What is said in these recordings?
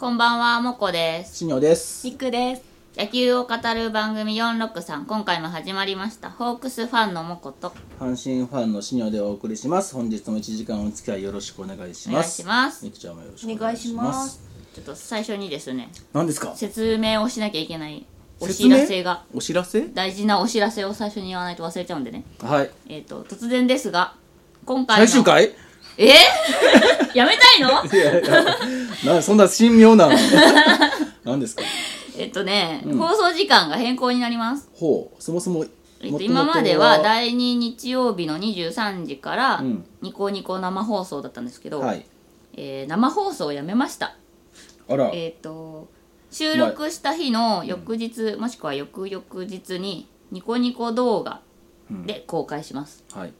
ばんは、もこです。しにょです。ニックです。野球を語る番組463、今回も始まりました。ホークスファンのもこと、阪神ファンのしにょでお送りします。本日も1時間お付き合いよろしくお願いしお願まいす。します。みくちゃんもよろしくお願いしまお願いしますす。ちょっと最初にですね、何ですか説明をしなきゃいけないお説知明らせが、お知らせ大事なお知らせを最初に言わないと忘れちゃうんでね。はい。えっ、と、突然ですが、今回の。最終回え ーやめたいのいやいやなそんな神 妙なの何ですかえっとね、うん放送時間が変更になります。ほう、そもそも、えっもと、と今までは第2日曜日の23時からうんニコニコ生放送だったんですけど、はい。えー生放送をやめましたあら、えっ、と収録した日の翌日、もしくは翌々日にニコニコ動画で公開します、はい。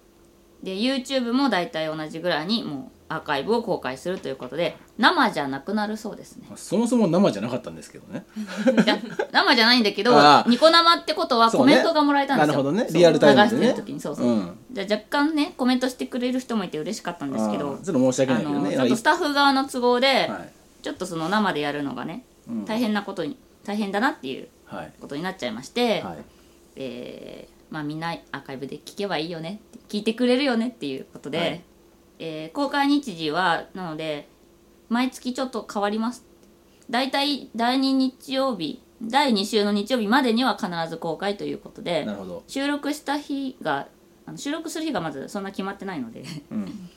で YouTube も大体同じぐらいにもうアーカイブを公開するということで生じゃなくなるそうですねそもそも生じゃなかったんですけどね。いや生じゃないんだけどあーニコ生ってことはそコうねメントがもらえたんですよ、なるほどねそうリアルタイムでね流してる時にそうそう、うんじゃあ若干ねコメントしてくれる人もいて嬉しかったんですけあどーちょっと申し訳あないけどのね。ちょっとスタッフ側の都合で、はい。ちょっとその生でやるのがね、うん大変なことに大変だなっていうはい。ことになっちゃいまして、はい。えーまあ、みんなアーカイブで聞けばいいよねって聞いてくれるよねっていうことで、はいえー公開日時はなので毎月ちょっと変わりますだいたい第2日曜日第2週の日曜日までには必ず公開ということでなるほど。収録した日があの収録する日がまずそんな決まってないので うん。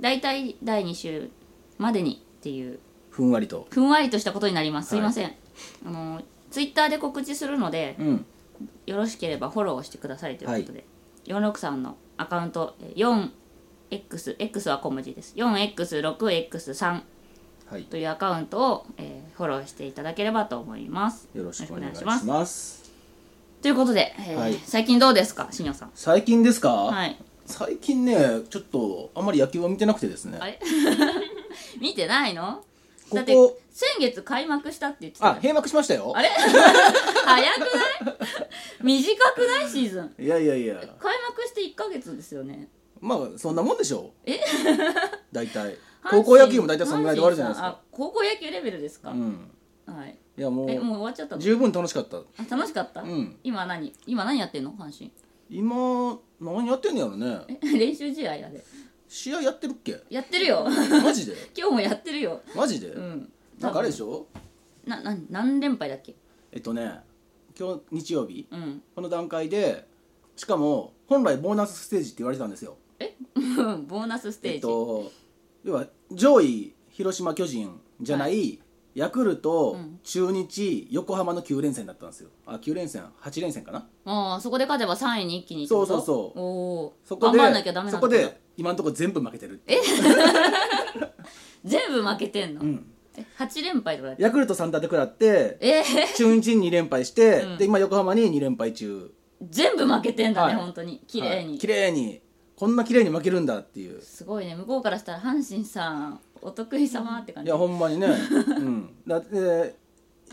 だいたい第2週までにっていうふんわりと。ふんわりとしたことになりますすはいいません、あのツイッターで告知するので、うん。よろしければフォローしてくださいということで、463のアカウントえー 4XX X は小文字です 4X6X3 はい。というアカウントを、えーフォローしていただければと思いますよろしくお願いしお願まいす。ということで、えーはい最近どうですかしにょさん最近ですかはい最近ねちょっとあんまり野球は見てなくてですねあれ見てないのこだってこ先月開幕したって言ってたあよ閉幕しましたよあれ 早くない短くないシーズンいやいやいや開幕して1ヶ月ですよねまあそんなもんでしょ うえ 大体阪高神校野球も大体そのぐらいで終わるじゃないです阪神さかんあ高校野球レベルですか、うんはいいやもえもうう終わっちゃったの十分楽しかったあ楽しかった、うん今何今何やってんの阪神今何やってんのやろね練習試合やで試合やってるっけやってるよ マジで今日もやってるよマジでうんなんかあれでしょなな何連敗だっけえっとね今日日曜日うん この段階でしかも本来ボーナスステージって言われてたんですよボーナスステージ、えっと、要は上位広島巨人じゃない、ヤクルト、ん中日横浜の9連戦だったんですよあ9連戦8連戦かなああそこで勝てば3位に一気にってことそうそうそうおおそこ頑で張んなきゃダメなんだそこで今のところ全部負けてる全部負けてんの、うんえ8連敗とかやってヤクルト3立て食らってえ中日に2連敗して、うんで今横浜に2連敗中全部負けてんだね、はい本当に綺麗に、はい綺麗にこんな綺麗に負けるんだっていうすごいね向こうからしたら阪神さんお得意様って感いじやほんまに ね、うん、だって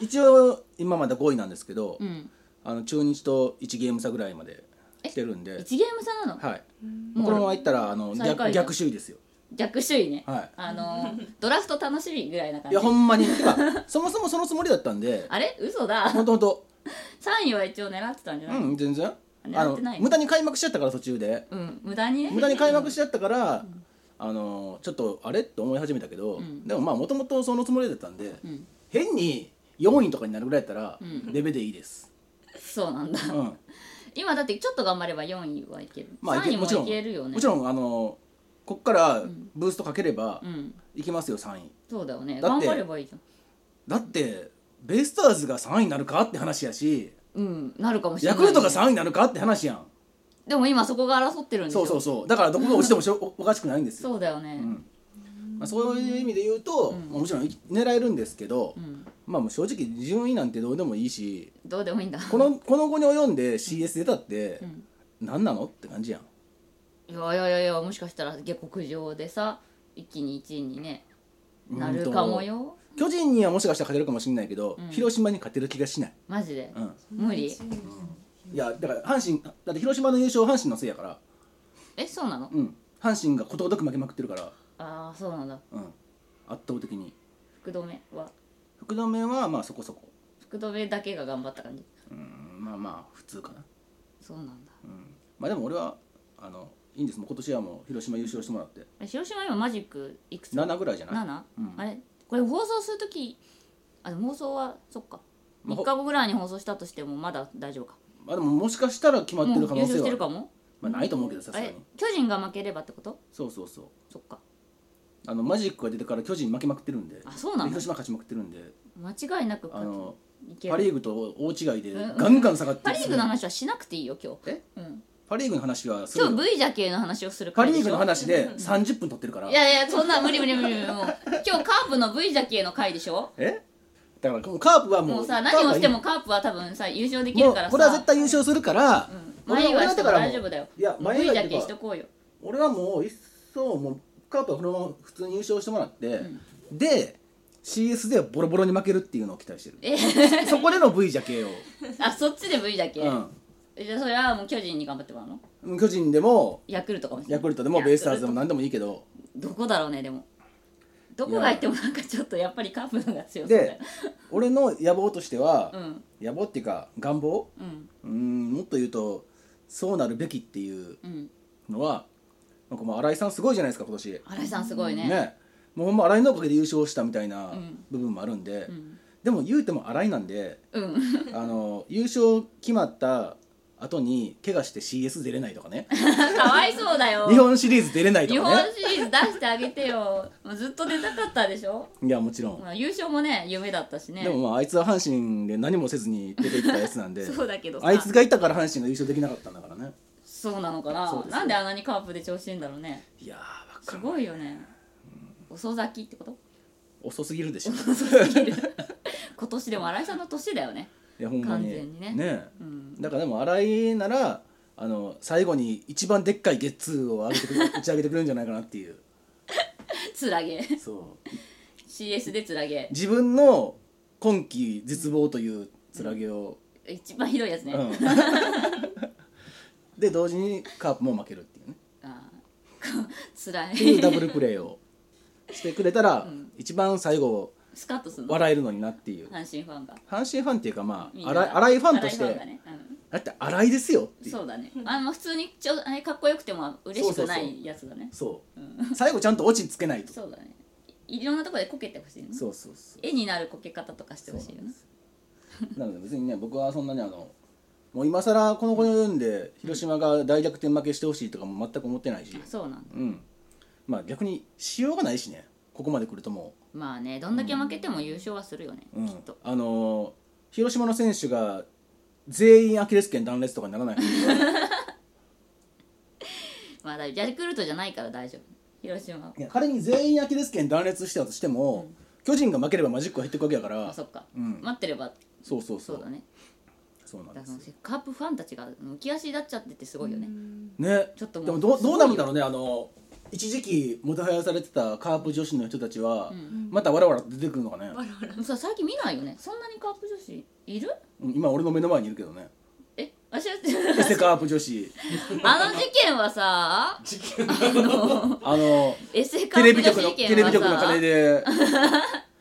一応今まで5位なんですけど、うんあの中日と1ゲーム差ぐらいまで来てるんで1ゲーム差なのはいもうこのままいったらあの最下逆位じゃん逆首位ですよ逆首位ね、はいあのードラフト楽しみぐらいな感いじやほんま にてかそもそもそのつもりだったんであれ嘘だほんとほんと3位は一応狙ってたんじゃなうい、ん全然あ狙っのてない無駄に開幕しちゃったから途中でうん無駄にね無駄に開幕しちゃったからあのちょっとあれって思い始めたけど、んでもまあもともとそのつもりだったんで、ん変に4位とかになるぐらいだったら、んレベでいいです、そうなんだうん、今だってちょっと頑張れば4位はいける、まあ3位ももちろんいけるよねもちろんあのこっからブーストかければ、うんいけますよ3位そうだよねだっ頑て張ればいいじゃんだってベイスターズが3位になるかって話やしうんなるかもしれヤない、クルトが3位になるかって話やんでも今そこが争ってるんでしそょうそうそうだからどこが落ちてもし ょおおかしくないんですよそうだよね、うんまあ、そういう意味で言うと、まあもちろん狙えるんですけど、んまあもう正直順位なんてどうでもいいしどうでもいいんだこのこの後に及んで CS 出たってん何なのって感じやいんやいやいやいやもしかしたら下克上でさ一気に1位にねなるかもよ巨人にはもしかしたら勝てるかもしれないけど、広島に勝てる気がしない、マジで、うん、無理いやだから阪神だって広島の優勝は阪神のせいやから、えそうなのうん、阪神がことごとく負けまくってるから、ああそうなんだうん、圧倒的に福留は福福留はまあそこそこ福留だけが頑張った感じうんまあまあ普通かなそうなんだうんまあでも俺はあのいいんですもう今年はもう広島優勝してもらってえ広島今マジックいくつ7ぐらいじゃない7、うんあれこれ放送するときあでも放送はそっかまあ3日後ぐらいに放送したとしてもまだ大丈夫かまあでももしかしたら決まってる可もう優能性勝しはてるかもまあないと思うけどさすあがれに巨人が負ければってことそうそうそうそっかあのマジックが出てから巨人負けまくってるんであそうなの広島勝ちまくってるんで間違いなくあ勝つのいけパ・リるーグと大違いでうんガンガン下がってパ・リーグの話はしなくていいよ今日えうん、パ・リーグの話はする今よ日 V ジャケの話をするパ・回リでしーょグの話で30分取ってるからいやいやそんな無理無理無理無理もう今日カープの V ジャケの回でしょえだからもうカープはもうもうさカー何プをはいしいてもカープは多分さ優勝できもるからさうこれは絶対優勝するから、うん前はしてもだから大丈夫だよいやもう前 V はジだャけケどしとこうよ俺はもう一層もうカープはこのまま普通に優勝してもらって、で CS でボロボロに負けるっていうのを期待して る えそこでの V じゃけよ、あそっちで V だけ、うんじゃあそれはもう巨人に頑張ってもらうの巨人でもヤクルトかもしれないヤクルトでもベイスターズでも何でもいいけどどこだろうねでもどこが行ってもなんかちょっとやっぱりカープの方が強そうだよで俺の野望としては、うん野望っていうか願望うんうーんもっと言うとそうなるべきっていううんのはなんかもう新井さんすごいじゃないですか今年新井さんすごいねねもうほんま新井のおかげで優勝したみたいなん部分もあるんで、んでも言うても新井なんでうん あの優勝決まった後に怪我して CS 出れないとかねかわい そうだよ日本シリーズ出れないと日か本ねシリーズ出してあげてよもうずっと出たかったでしょ、いやもちろん、まあ、優勝もね夢だったしねでもまああいつは阪神で何もせずに出ていったやつなんで そうだけどさあいつがいたから阪神が優勝できなかったんだからねそうなのかなそうですよなんであんなにカープで調子いいんだろうねいやーわかすんごいよね遅咲きってこと遅すぎるでしょ今年でも新井さんの年だよねいやほんまに完全にねうんだからでも新井ならあの最後に一番でっかいゲッツーを上げてくれ打ち上げてくれるんじゃないかなっていうつらげそう CS でつらげ自分の今季絶望というつらげを、一番ひどいやつね、うん で同時にカープも負けるっていうねあ つらっていいうダブルプレーをしてくれたら、一番最後スカッとするの笑えるのになっていう阪神ファンが阪神ファンっていうかまみんあな新井新井ファンとして新井ファンがねだって新井ですよってうん、いうそうだねあの普通にちょあれかっこよくても嬉しくなそうそうそいやつだねそう最後ちゃんとオチつけないとそうだねいいろんなところでこけてほしいねそうそうそう絵になるこけ方とかしてほしいよななので別にね僕はそんなにあのもう今更この子の読んで広島が大逆転負けしてほしいとかも全く思ってないしあ、そうなんだうん、まあ逆にしようがないしねここまで来るともまあねどんだけ負けても優勝はするよね、う、うんきっとあのー広島の選手が全員アキレス腱断裂とかにな らない限りはまあだヤクルトじゃないから大丈夫広島はいや仮に全員アキレス腱断裂したとしても、巨人が負ければマジックは減っていくわけだからあそっか、うん待ってればそうそうそそううだねそうなんだでからそすのカープファンたちが浮き足立っちゃっててすごいよねねちょっともうでもどうすごいどようなるんだろうねあの一時期もてはやされてたカープ女子の人たちは、またわらわらと出てくるのかね、でもさ最近見ないよねそんなにカープ女子いるうん今俺の目の前にいるけ どねえ私はエ セカープ女子あの事件はさあのエセ カテーレプ女ビ局子の事件はテレビ局のさ金で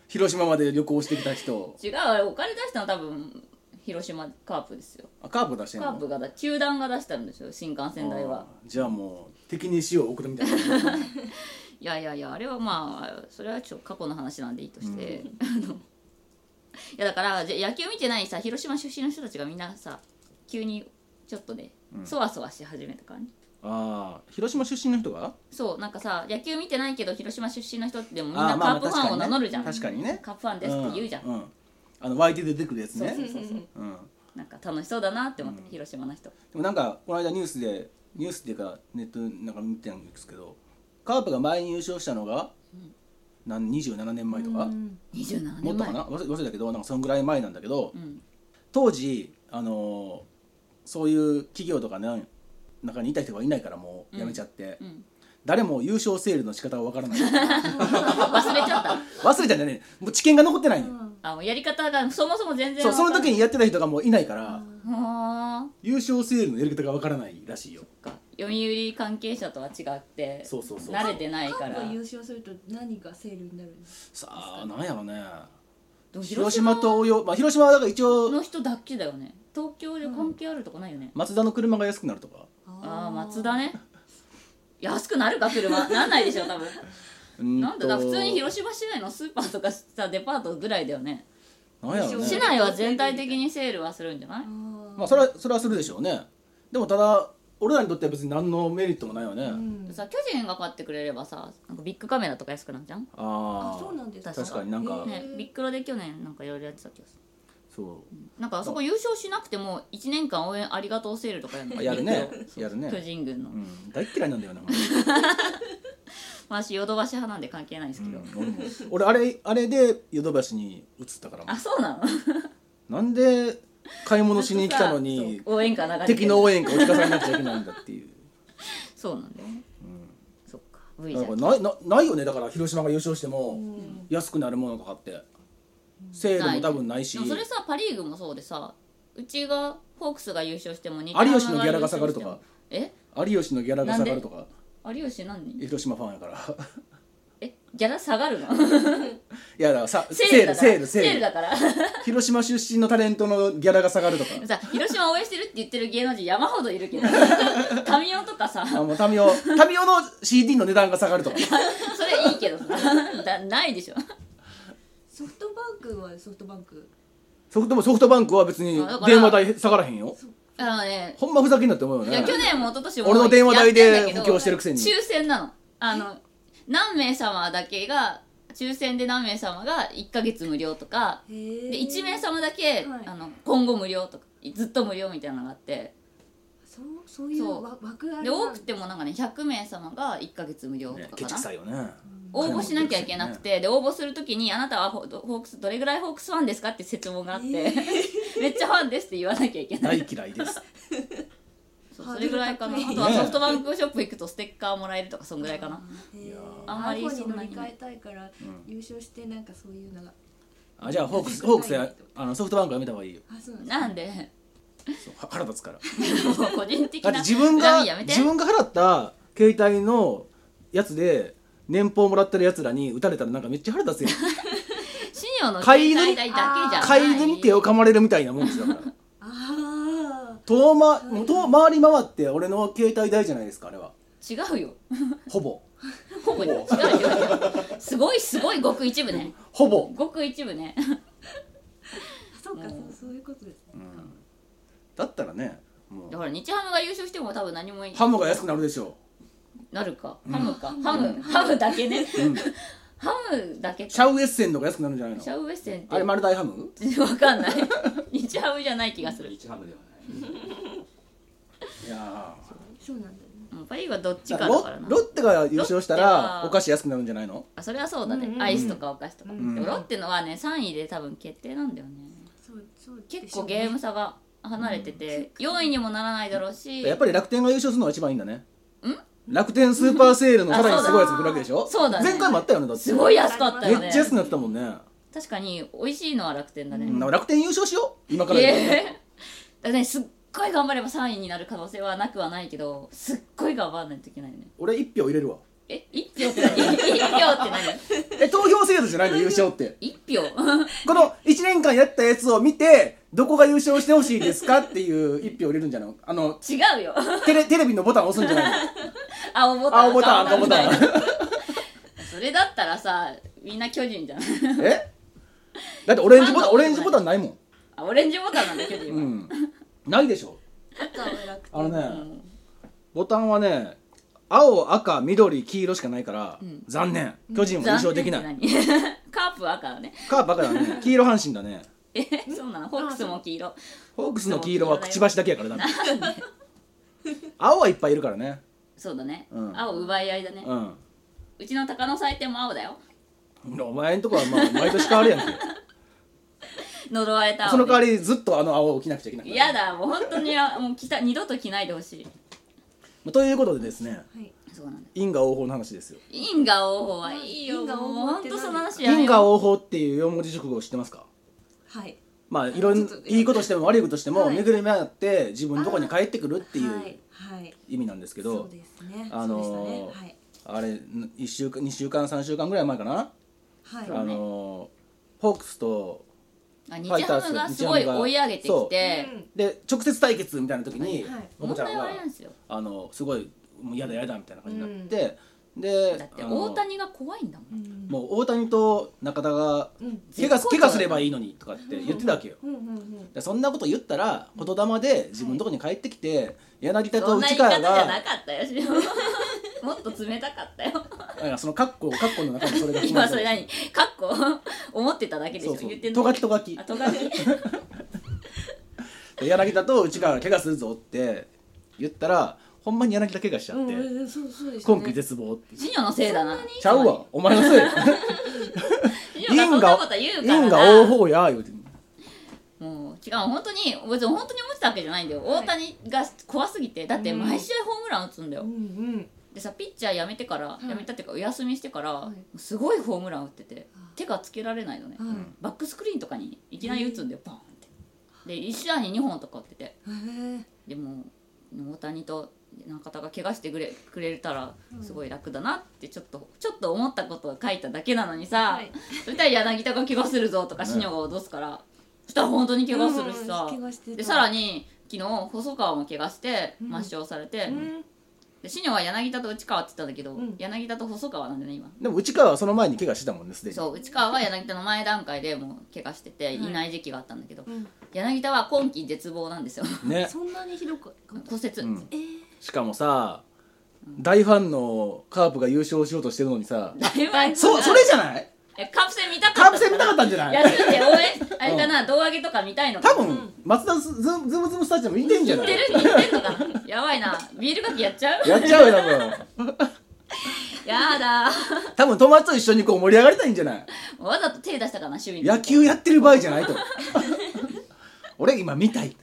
広島まで旅行してき た人違うあれお金出したの多分広島カープですよあカープ出してんのカープがだ球団が出したんですよ新幹線代はあーじゃあもう敵に塩を送るみたい ないやいやいやあれはまあそれはちょっと過去の話なんでいいとして、 あのいやだからじゃ野球見てないさ広島出身の人たちがみんなさ急にちょっとねそわそわし始めた感じ、ああ広島出身の人がそうなんかさ野球見てないけど広島出身の人ってでもみんあーなまカあまあープファンを名乗るじゃん、確かにね確かにねカープファンですって言うじゃん、うん、あの湧いて出てくるやつねそうそうそうそううんなんか楽しそうだなって思って、広島の人でもなんかこの間ニュースでニュースっていうかネットなんか見てたんですけどカープが前に優勝したのが、なん27年前とか、 27もっ年と前かな忘れ忘れたけどなんかそんぐらい前なんだけど、ん当時、あのーそういう企業とかの中にいた人がいないからもう辞めちゃって、ん誰も優勝セールの仕方がわからない忘れちゃった 忘れちゃってねもう知見が残ってないのよ、あもうやり方がそもそも全然そうその時ににやってた人がもういないから、は優勝セールのやり方がわからないらしいよあ読売関係者とは違ってそうそうそう慣れてないからカープが優勝すると何がセールになるんですさあなんやろねでも広島とおよ、まあ、広島はだから一応の人だけだよね東京で関係あるとこないよね、松田の車が安くなるとかああ松田ね安くなるか車なんないでしょ多分なんだだから普通に広島市内のスーパーとかさデパートぐらいだよね島なんやろ市ね内は全体的にセールはするんじゃないまあそれはそれはするでしょうねでもただ俺らにとっては別に何のメリットもないよね、うんさ巨人が買ってくれればさなんかビッグカメラとか安くなるじゃん、ね、あああそうなんです確かになんかへービックロで去年なんかいろいろやってた気がするそなんかあそこ優勝しなくても1年間応援ありがとうセールとかやるのうやるねや巨るね、人軍のうん、大っ嫌いなんだよな、まあ私ヨドバシ派なんで関係ないんですうけど、ん、俺も俺あれあれでヨドバシに移ったからあそうなのなんで買い物しに来たのに そう応援歌流れてる敵の応援歌を聞かされなくちゃいけないんだっていうそうなんだよね、そっか V じだゃからないなないよねだから広島が優勝してもん安くなるものとかって制度も多分ないしでもそれさパ・リーグもそうでさうちがホークスが優勝しても日有吉のギャラが下がるとかえ有吉のギャラが下がるとか有吉何広島ファンやから えギャラ下がるのいやだからさセールセールだからセールセールだから 広島出身のタレントのギャラが下がるとかさ広島応援してるって言ってる芸能人山ほどいるけど 民生とかさあもうタミオタミオの CD の値段が下 がるとかそれいいけどさ だないでしょソフトバンクはソフトバンクソフトもソフトバンクは別にあだから電話代下がらへんよあのねほんまふざけんなって思うよいねや去年も一昨年も俺の電話代でやってんだけど補強してるくせに抽選なのあの何名様だけが抽選で何名様が1ヶ月無料とかへえで1名様だけ、はいあの今後無料とかずっと無料みたいなのがあってそうそういうそうわ枠あでるな多くてもなんかね100名様が1ヶ月無料ねとケかチかなくさいよね応募しなきゃいけなくてで応募するときに「あなたはホホークスどれぐらいホークスファンですか?」って質問があって、えめっちゃファンですって言わなきゃいけない 大嫌いですそうそれぐらいかなハあと高ードルはいソフトバンクショップ行くとステッカーもらえるとかそんぐらいかなへえあんまり iPhone そにん乗なりに換えたいから優勝してなんかそういうのがあじゃあホークスホークスやあのソフトバンクやめた方がいいよあそうなんですねなんで そうは腹立つからもう個人 的だなって自分恨がみやめて自分が払った携帯のやつで年俸もらってるやつらに打たれたらなんかめっちゃ腹 立つよ信用の飼い犬携帯代だけじゃない飼い犬に手を噛まれるみたいなもんですよだからあ遠,、ま、もう遠回り回って俺の携帯代じゃないですかあれは違うよほぼほぼ違うよすごいすごいごく一部ねほぼ、ごく一部ねあそうかうそんうそういうことですねうん、だったらねもだうから日ハムが優勝しても多分何もいハムが安くなるでしょなるかハムか、ハムハムだけね、ハムだけかシャウエッセンのが安くなるんじゃないのシャウエッセンってあれ丸大ハム分かんない日ハムじゃない気がする一ハムではないいやそうなんだねうんパ・リーグはどっちーかロだからッなロッテが優勝したロッテはらお菓子安くなるんじゃないのあそれはそうだね、うんうんアイスとかお菓子とか、うんでもロッテのはね3位で多分決定なんだよねそうそうで結しょ構うゲねーム差が離れてて、4位にもならないだろうしやっぱり楽天が優勝するのが一番いいんだね楽天スーパーセールのさらにすごいやつが来るわけでしょあそうだね前回もあったよねだってすごい安かっためよっねちゃ安くなってたもんね、確かに美味しいのは楽天だね、うんだから楽天優勝しよう今からえでも、え だねすっごい頑張れば3位になる可能性はなくはないけどすっごい頑張らないといけないよね俺一票入れるわえ一票って何一票って何え投票制度じゃないの優勝って一票この1年間やったやつを見てどこが優勝してほしいですかっていう一票入れるんじゃないのあの 違うよテレテレビのボタン押すんじゃないの青 ボタン青ボタン赤ボタン それだったらさみんな巨人じゃん えだってオレンジボタンオレンジボタンないもん、あオレンジボタンなんだ巨人うは、ん、ないでしょ赤は楽天あのね、んボタンはね青赤緑黄色しかないから、ん残念巨人は優勝できない、残念って何 カープは赤だねかバカだね黄色阪神だねえそうなのホークスも黄色ホークスの黄色はくちばしだけやからダメ青はいっぱいいるからねそうだね、うん青奪い合いだね、ううんちの鷹の祭典も青だよお前んとこはまあ毎年変わるやんけ呪われた青そので代わりずっとあの青を着なくちゃいけない嫌だもう本当にあもう着た二度と着ないでほしいということでですねはいそうなんだ因果応報の話ですよ因果応報はいいよ因果応報もう本当その話やめよう因果応報っていう四文字熟語を知ってますかはいまあいろんちょっといいことしても悪いことしてもはい巡り回って自分のとこに帰ってくるっていはういはい意味なんですけそどうですねあのーそうでしあれ1週間2週間3週間ぐらい前かなたねはいあはいのーホークスとあ日ファイハタームズがすごい日ハムが追い上げてきてうんで直接対決みたいな時に、はいはいおも問ちゃん題はがあれなんですよあのすごいもう嫌だ嫌だみたいな感じになって、でだってあの大谷が怖いんだもんうんもう大谷と中田がうん怪絶我好調怪我すればいいのにとかって言ってたわけよ。うんうんでそんなこと言ったら言霊で自分のとこに帰ってきて、柳田そとんな内言い方川じゃながかったよ もっと冷たかったよいやそのカッコカッコの中にそれが今それ何かっこ思ってただけでしそょうそう言ってんとのがきとがきあとがきで柳田と内川が怪我するぞって言ったらほんまに柳田怪我しちゃうっんて、うんうんそうそうですね今季絶望ってジニョのせいだなちゃうわお前のせいジイニョンがそがんなこと言うインかがら大な方や言うてもう違う本当に別に本当に思ってたわけじゃないんだよ、はい大谷が怖すぎてだって毎試合ホームラン打つんだよ、うんうんでさピッチャー辞めてから、い辞めたっていうかお休みしてから、はいすごいホームラン打っててあ手がつけられないのね、はいんバックスクリーンとかにいきなり打つんだよ、バーンってで1試合に2本とか打っててへえでも大谷と中田が怪我してくれくれたらすごい楽だなってちょっとちょっと思ったことを書いただけなのにさ、はいそしたら柳田が怪我するぞとかうんシニョが脅すから、そしたら本当に怪我するしさ、うん怪我してたでさらに昨日細川も怪我してうん抹消されて、うんでシニョは柳田と内川って言ったんだけど、うん柳田と細川なんだよね今でも内川はその前に怪我してたもんねすでにそう内川は柳田の前段階でもう怪我してていいない時期があったんだけど、うん柳田は今季絶望なんですよ ねそんなにひどく骨折、うんえーしかもさ大ファンのカープが優勝しようとしてるのにさだいぶそそれじゃないえカープ戦見たカかーっプた戦見たかったんじゃない休んで応援あれかな胴上げとか見たいのか多な分松田ズズズムズムスタジアム行ってんじゃ行なっいてる行ってんのかなやばいなビールかきやっちゃうやっちゃうよ多分やだ多分友達と一緒にこう盛り上がりたいんじゃないわざと手出したかな趣味野球やってる場合じゃないと 俺今見たい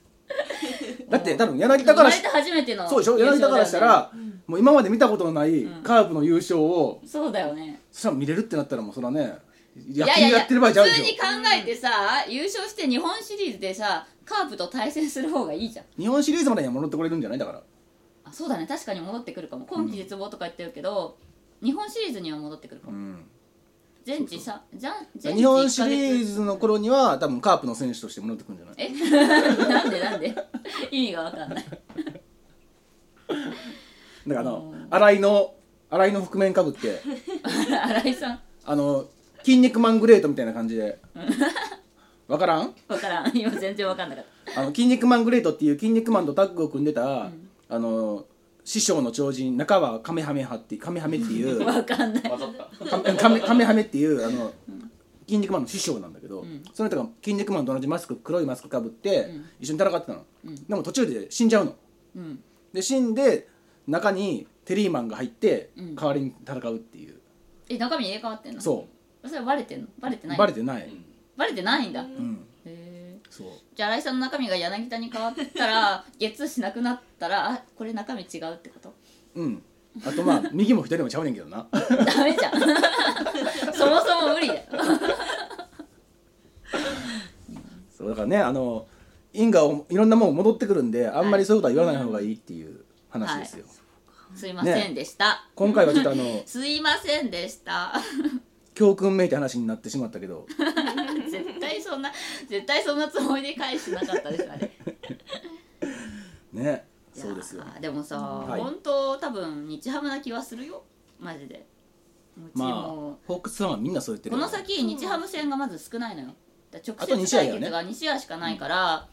だって多分柳だ田かかららし初めてのそうでしょ柳田からしたら、んもう今まで見たことのないうんカープの優勝をそうだよねそしたら見れるってなったらもうそらねい野球やってる場合じゃないで普通しにょ考えてさ優勝して日本シリーズでさカープと対戦する方がいいじゃん日本シリーズまでには戻ってこれるんじゃないだからあそうだね確かに戻ってくるかも今季絶望とか言ってるけど、日本シリーズには戻ってくるかうもん全治さじゃん全治日本シリーズズの頃には多分カープの選手として戻ってくるんじゃないえ なんでなんで意味がわかんない だからあのうん新井の新井の覆面かぶって新井さんあの筋肉マングレートみたいな感じでわからんわからん今全然わかんなかっあの筋肉マングレートっていう筋肉マンとタッグを組んでた、あの師匠の超人中川カメハメハってカメハメっていうたわかんないわかったカメカメカメハメっていうあの、筋肉マンの師匠なんだけど、んその人が筋肉マンと同じマスク黒いマスクかぶって、ん一緒に戦ってたの、うんでも途中で死んじゃうのうんで死んで中にテリーマンが入って、うん代わりに戦うっていうえ中身入れ替わってんのそうそれバレてんのバレてなういバレてない、うんバレてないんだ、うんへーそうじゃあ新井さんの中身が柳田に変わった らゲッツーしなくなったらあこれ中身違うってこと うんあとまあ右も左もちゃうねんけどなダメじゃん そもそも無理だよそうだからねあの因果をいろんなもん戻ってくるんであんまりそういうことは言わない方がいいっていう話ですよ、すいませんでした、今回はちょっとあのすいませんでした 教訓めいて話になってしまったけど絶対そんな絶対そんなつもりで返してなかったですあれ ねそうですよいやーでもさ、い本当多分日ハムな気はするよマジでもうチームをまあホークスファンはみんなそう言ってるこよの先日ハム戦がまず少ないのよだからあと直二接試合だ対よね決が2試合しかないから、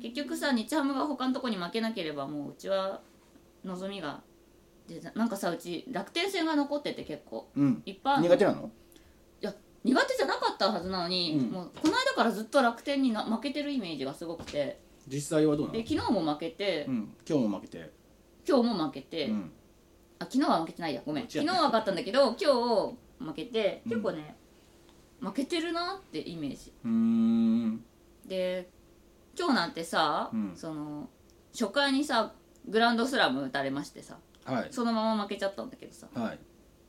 結局さ日ハムが他のとこに負けなければもううちは望みがでななんかさうち楽天戦が残ってて結構うんいっぱいあんの苦手なのいや苦手じゃなかったはずなのに、うんもうこの間からずっと楽天にな負けてるイメージがすごくて実際はどうなので昨日も負けて、うん今日も負けて今日も負けて、うんあ昨日は負けてないやごめんこっちや昨日ねは勝ったんだけど今日負けてうん結構ね、負けてるなってイメージうーんで今日なんてさ、うんその初回にさグランドスラム打たれましてさはいそのまま負けちゃったんだけどさはい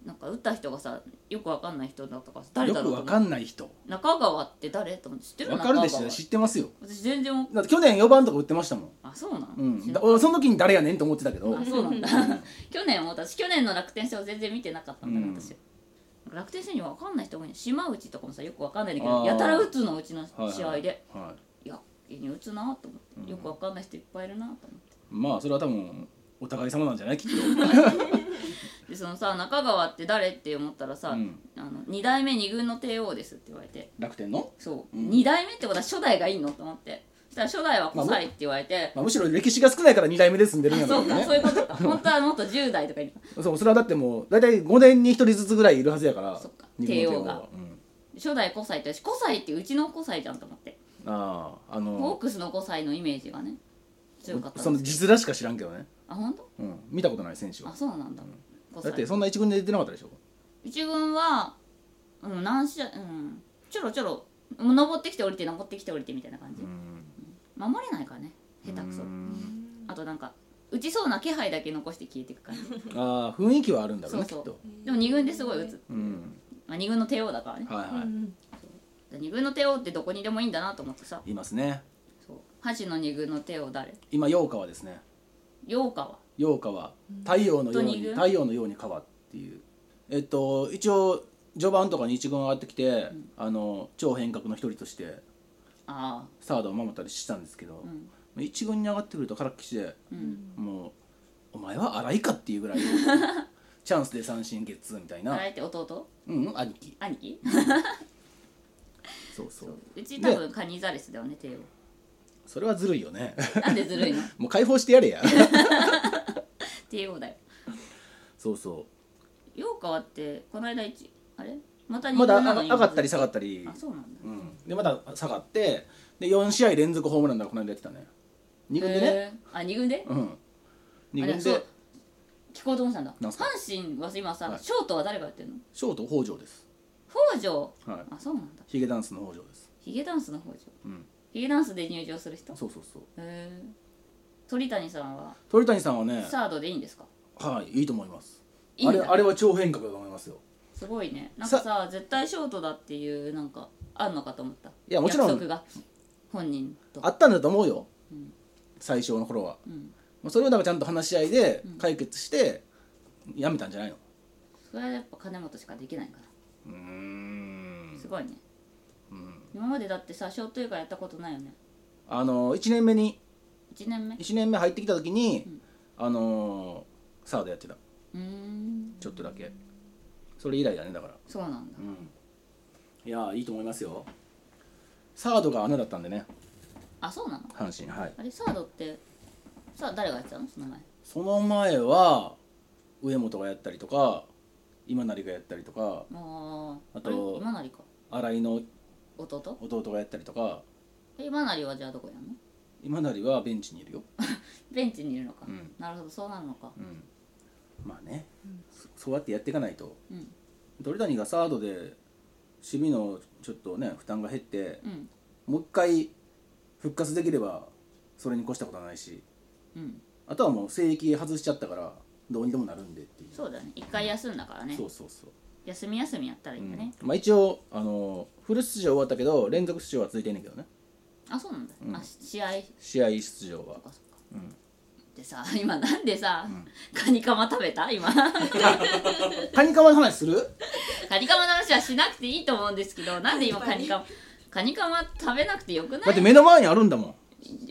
なんか打った人がさよくわかんない人だったから誰よだろくうとわ思っかてんない人中川って誰と思って知ってるわかるでし中ょ川知ってますよ私全然おだって去年4番とか打ってましたもんあそうなの、うん、知だら俺その時に誰やねんと思ってたけ どあそうなんだ去年も私去年の楽天戦を全然見てなかったんだな、うん私楽天戦には分かんない人多いね島内とかもさよく分かんないんだけあどーやたら打つのうちのはいはい試合で、いはいやいや打つなと思ってよく分かんない人いっぱいいるなと思ってまあそれは多分お互い様なんじゃないきっとでそのさ中川って誰って思ったらさ、うんあの2代目2軍の帝王ですって言われて楽天の、そう、うん2代目ってことは初代がいいのと思ってそしたら初代は5歳って言われて、まあ、むしろ歴史が少ないから2代目で住んでるんやろそううけどかそういねうことか本当はもっと10代とかいるそうそれはだってもう大体5年に1人ずつぐらいいるはずやからそっか日本の帝王がはうん初代5歳って5歳ってうちの5歳じゃんと思って、あああホーのクスの5歳のイメージがね強かったそんのですけ字面しか知らんけどね、どあ本当？うん、見たことない選手あはそうなんだ、5だ歳ってそんな一軍で出てなかったでしょ一軍は、うん、何試合うんちょろちょろ登ってきて降りて登ってきて降りてみたいな感じ、ん守れないからね下手くそうんあとなんか打ちそうな気配だけ残して消えていく感じああ雰囲気はあるんだろうねそうそうきっとでも2軍ですごい打つ、うんまあ、2軍の帝王だからねはいはい、うん2軍の帝王ってどこにでもいいんだなと思ってさいますねそう橋の2軍の帝王誰今陽川ですね陽川陽川太陽のよ本う当にいにる太陽のように川っていうえっと一応序盤とかに一軍上がってきて、あの超変革の一人としてあサードを守ったりしてたんですけどあ、うん一軍に上がってくるとからっきしでうんもうお前は荒いかってい うぐらいチャンスで三振ゲッツーみたいなあれって弟うんうん兄貴兄貴そうそううち多分カニザレスだよね帝それはずるいよね 王なんでずるいのもう解放してや れや帝王だよそうそ陽川ってこの間一あれまたう二ま軍だなあのがに上がったり下がったりあそうなんだうん、でまた下がってで4試合連続ホームランだからこの間やってたね2軍でね、へーあ二軍でうん2あれ軍そうで聞こうと思ってたんだなんすか阪神は今さ、はいショートは誰がやってるのショート北条です北条はいあそうなんだヒゲダンスの北条ですヒゲダンスの北条うんヒゲダンスで入場する人へそうそうそうえ鳥谷さんは鳥谷さんはねサードでいいんですかはいいいと思いますいいんあれだあれは超変革だと思いますよすごいねなんかさ絶対ショートだっていうなんかあんのかと思ったいやもちろん約束が本人とあったんだと思うよ、最初の頃はうんまあそれをなんかちゃんと話し合いで解決してやめたんじゃないのそれはやっぱ金本しかできないかうーらんすごいねうん今までだってさショート以外やったことないよねあの1年目に1年目う1年目入ってきた時に、あのーサードやってたーんちょっとだけそれ以来だねだからそうなんだうんいやーいいと思いますよサードが穴だったんでねあそうなの阪神はいあれサードってさ誰がやってたのその前その前は上本がやったりとか今成がやったりとかあああとれ今成か新井の弟弟がやったりとかえ今成はじゃあどこやんの今成はベンチにいるよ、ベンチにいるのか、うんなるほどそうなるのかうん、まあね、そそうやってやっていかないとうん鳥谷がサードで守備のちょっとね負担が減ってうんもう一回復活できればそれに越したことはないしうんあとはもう聖域外しちゃったからどうにでもなるんでっていうそうだね一回休んだからねそうそうそう休み休みやったらいいんだね、まあ、一応あのフル出場終わったけど連続出場は続いてんねんけどねあそうなんだ、うんあし試合試合出場はそっかそっかうんでさ今なんでさ、カニカマ食べた今 カニカマの話するカニカマの話はしなくていいと思うんですけどなんで今カニカマカニカマ食べなくてよくなだいって目の前にあるんだもん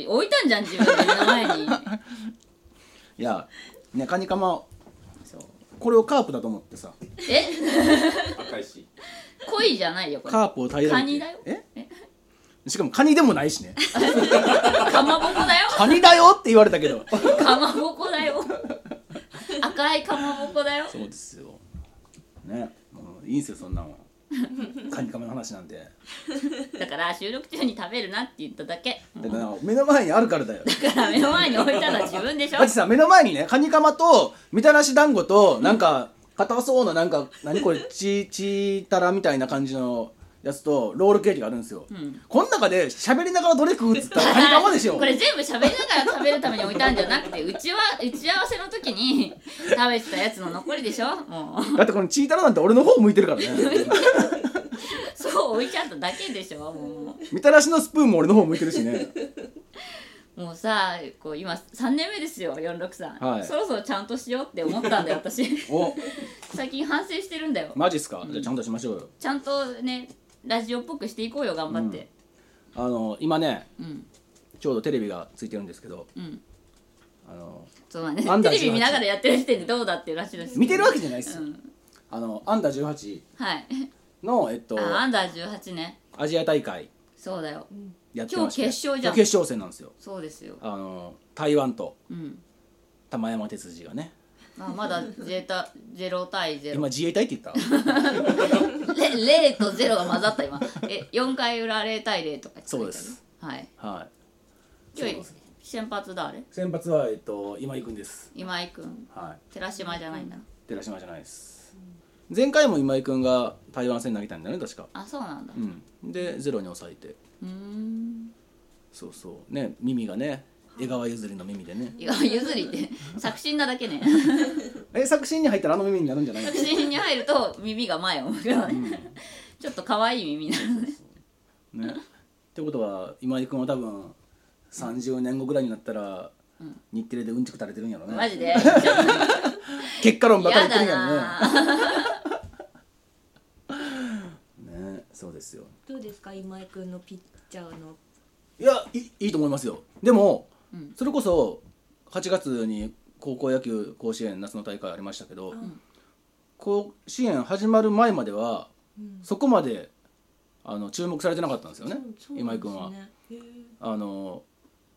置いたんじゃん自分の目の前 にいやねカニカマそうこれをカープだと思ってさえ赤いし恋じゃないよこれカープを平らげてカニだよえしかもカニでもないしねかまぼこだ よカニだよって言われたけど かまぼこだ よ赤いかまぼこだよそうですよねもういいんすよそんなもんカニカマの話なんてだから収録中に食べるなって言っただけだから目の前にあるからだよだから目の前に置いたのは自分でしょ だってさ目の前にねカニカマとみたらし団子となんか硬そうななんか何 これチーチータラみたいな感じのやつとロールケーキがあるんですよ、んこの中で喋りながらどれ食うっつっ たらカニカマでしょこれ全部喋りながら食べるために置いたんじゃなくてうちは打ち合わせの時に 食べてたやつの残りでしょもうだってこのチータラなんて俺の方向いてるから ねそう置いちゃっただけでしょもみたらしのスプーンも俺の方向いてる しねうもうさこう今3年目ですよ46さん、はいそろそろちゃんとしようって思ったんだよ私 お最近反省してるんだよマジっすか、じゃあちゃんとしましょうよちゃんとねラジオっぽくしていこうよ頑張ってあの今ねうんちょうどテレビがついてるんですけどうんあのそうだねアンダテーレビ見ながらやってる時点でどうだっていうらしいです見てるわけじゃないっすよ、うんあのアンダー18はいの、えっと、あアンダー18ねアジア大会そうだよやってまして今日決勝じゃん今日決勝戦なんですよそうですよあの台湾とうん玉山哲司がねまあまだゼータゼロ対ゼロ今自衛隊って言ったれ0と0が混ざった今え4回裏0対0とかそうですはい はい今日先発だあれ先発は、えっと、今井君です今井君はい寺島じゃないんだ寺島じゃないです前回も今井君が台湾戦投げたんだよね確かあそうなんだうんでゼロに抑えてうーんそうそうね耳がね江川譲りの耳でねいやゆずりって作詞なだけねえ作品に入ったらあの耳になるんじゃないの作詞に入ると耳が前を向くのねちょっと可愛い耳なのねねってことは今井君は多分30年後ぐらいになったら、日テレでうんちく垂れてるんやろねマジ でちょっと結果論ばっかり嫌言ってだるんやなろねねそうですよどうですか今井君のピッチャーのいやいいいと思いますよでも、うんそれこそ8月に高校野球甲子園夏の大会ありましたけど、ん甲子園始まる前まではうんそこまであの注目されてなかったんですよねそう今井君はそう。なんですねあの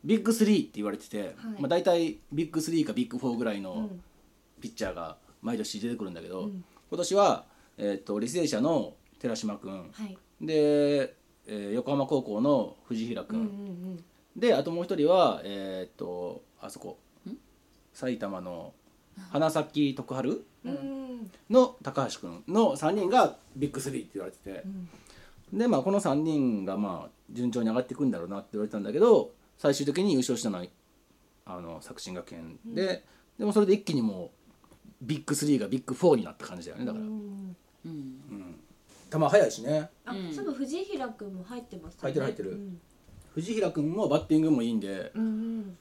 ビッグ3って言われてて、まあ、大体ビッグ3かビッグ4ぐらいへーうのんピッチャーが毎年出てくるんだけど、うん今年は、えー、と履正社の寺島君はいで、えー横浜高校の藤平うん君、うんうんであともう一人はえーっとあそこ埼玉の花咲徳春うんの高橋君の3人がビッグ3って言われてて、でまあこの3人がまあ順調に上がっていくんだろうなって言われてたんだけど最終的に優勝したのはあの作新学園で、でもそれで一気にもうビッグ3がビッグ4になった感じだよねだから、うんうん球速いしねあ、うんそういえば藤平君も入ってますね入ってる入ってるうん藤平君もバッティングもいいんでうんうん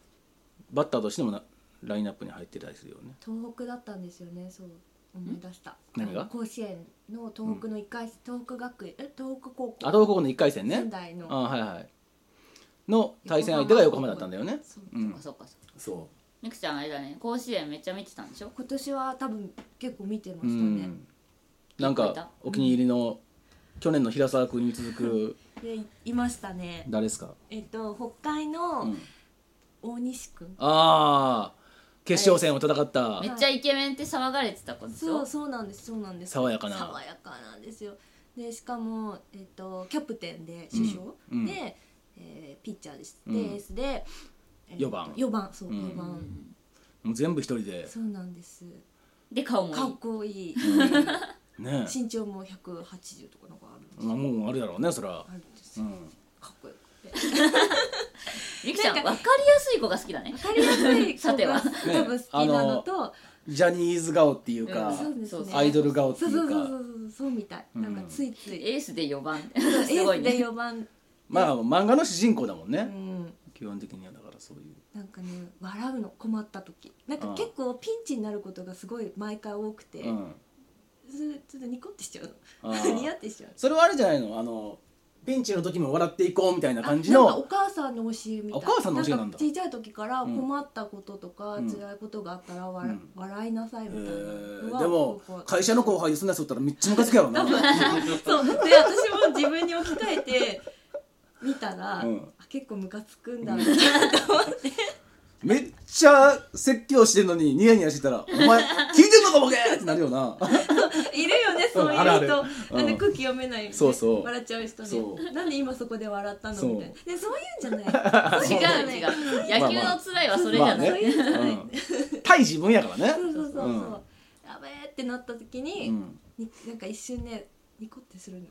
バッターとしてもなラインナップに入ってたりするよね東北だったんですよねそう思い出した何があの甲子園の東北の一回、東北学園え東北高校あ東北高校の1回戦ね仙台のあはいはいの対戦相手が横浜だったんだよねそううそっんかそっかそっかそみくちゃんあれだね甲子園めっちゃ見てたんでしょ今年は多分結構見てまうしたね、んなんかお気に入りの去年の平沢君に続くでいいましたね誰ですかえっと北海のん大西君、ああ決勝戦を戦っためっちゃイケメンって騒がれてた子でしそうょそうなんですそうなんです爽やかな爽やかなんですよでしかも、えっとキャプテンで主将、うんうんで、えーピッチャーです、うんでエースで、え四番4番そう、うん四う番、んもう全部一人でそうなんですで顔もいかいっこいい、ね身長も180とかなんかあるんですまあもうあるやろうねそらあるんですうよんかっこよくてみくちゃんな分んかかりやすい子が好きだね分かりやすいさ子てはが多分好きなのと、ジャニーズ顔っていうかうんそうですねアイドル顔ってそいうそううそうかそうそうそうみたい、うんなんかついついエースで4番 エすごいースでね4番、まあ漫画の主人公だもんうねん、基本的にはだからそういうなんかね笑うの困った時なんうかん結構ピンチになることがすごい毎回多くて、うんそれちょっとニコってしちゃうあ のニヤーってしちゃうそれはあれじゃないのあのピンチの時も笑っていこうみたいな感じあなんのかお母さんの教えみたいお母さんの教えなんだか小さい時からうん困ったこととか、うん辛いことがあったらう笑,、ん笑いなさいみえたいなのーはでも僕は会社の後輩でそんなやつおったらめっちゃムカつくやろなそうで私も自分に置き換えて見たら、うんあ結構ムカつくんだなと思ってめっちゃ説教してんのにニヤニヤしてたら「お前聞いてんのかボケ!」ってなるよないるよねそ うういうんあるある人、うんあの空気読めない、ね、そうそう笑っちゃう人ねそうなんで今そこで笑ったのみそうたいなでそういうんじゃ ない違う違う野球の辛いはそれじゃない、まあねそういうんじゃない、うん対自分やからねそうそうそうそう、うんやべえってなった時に,、うんになんか一瞬ねニコってするの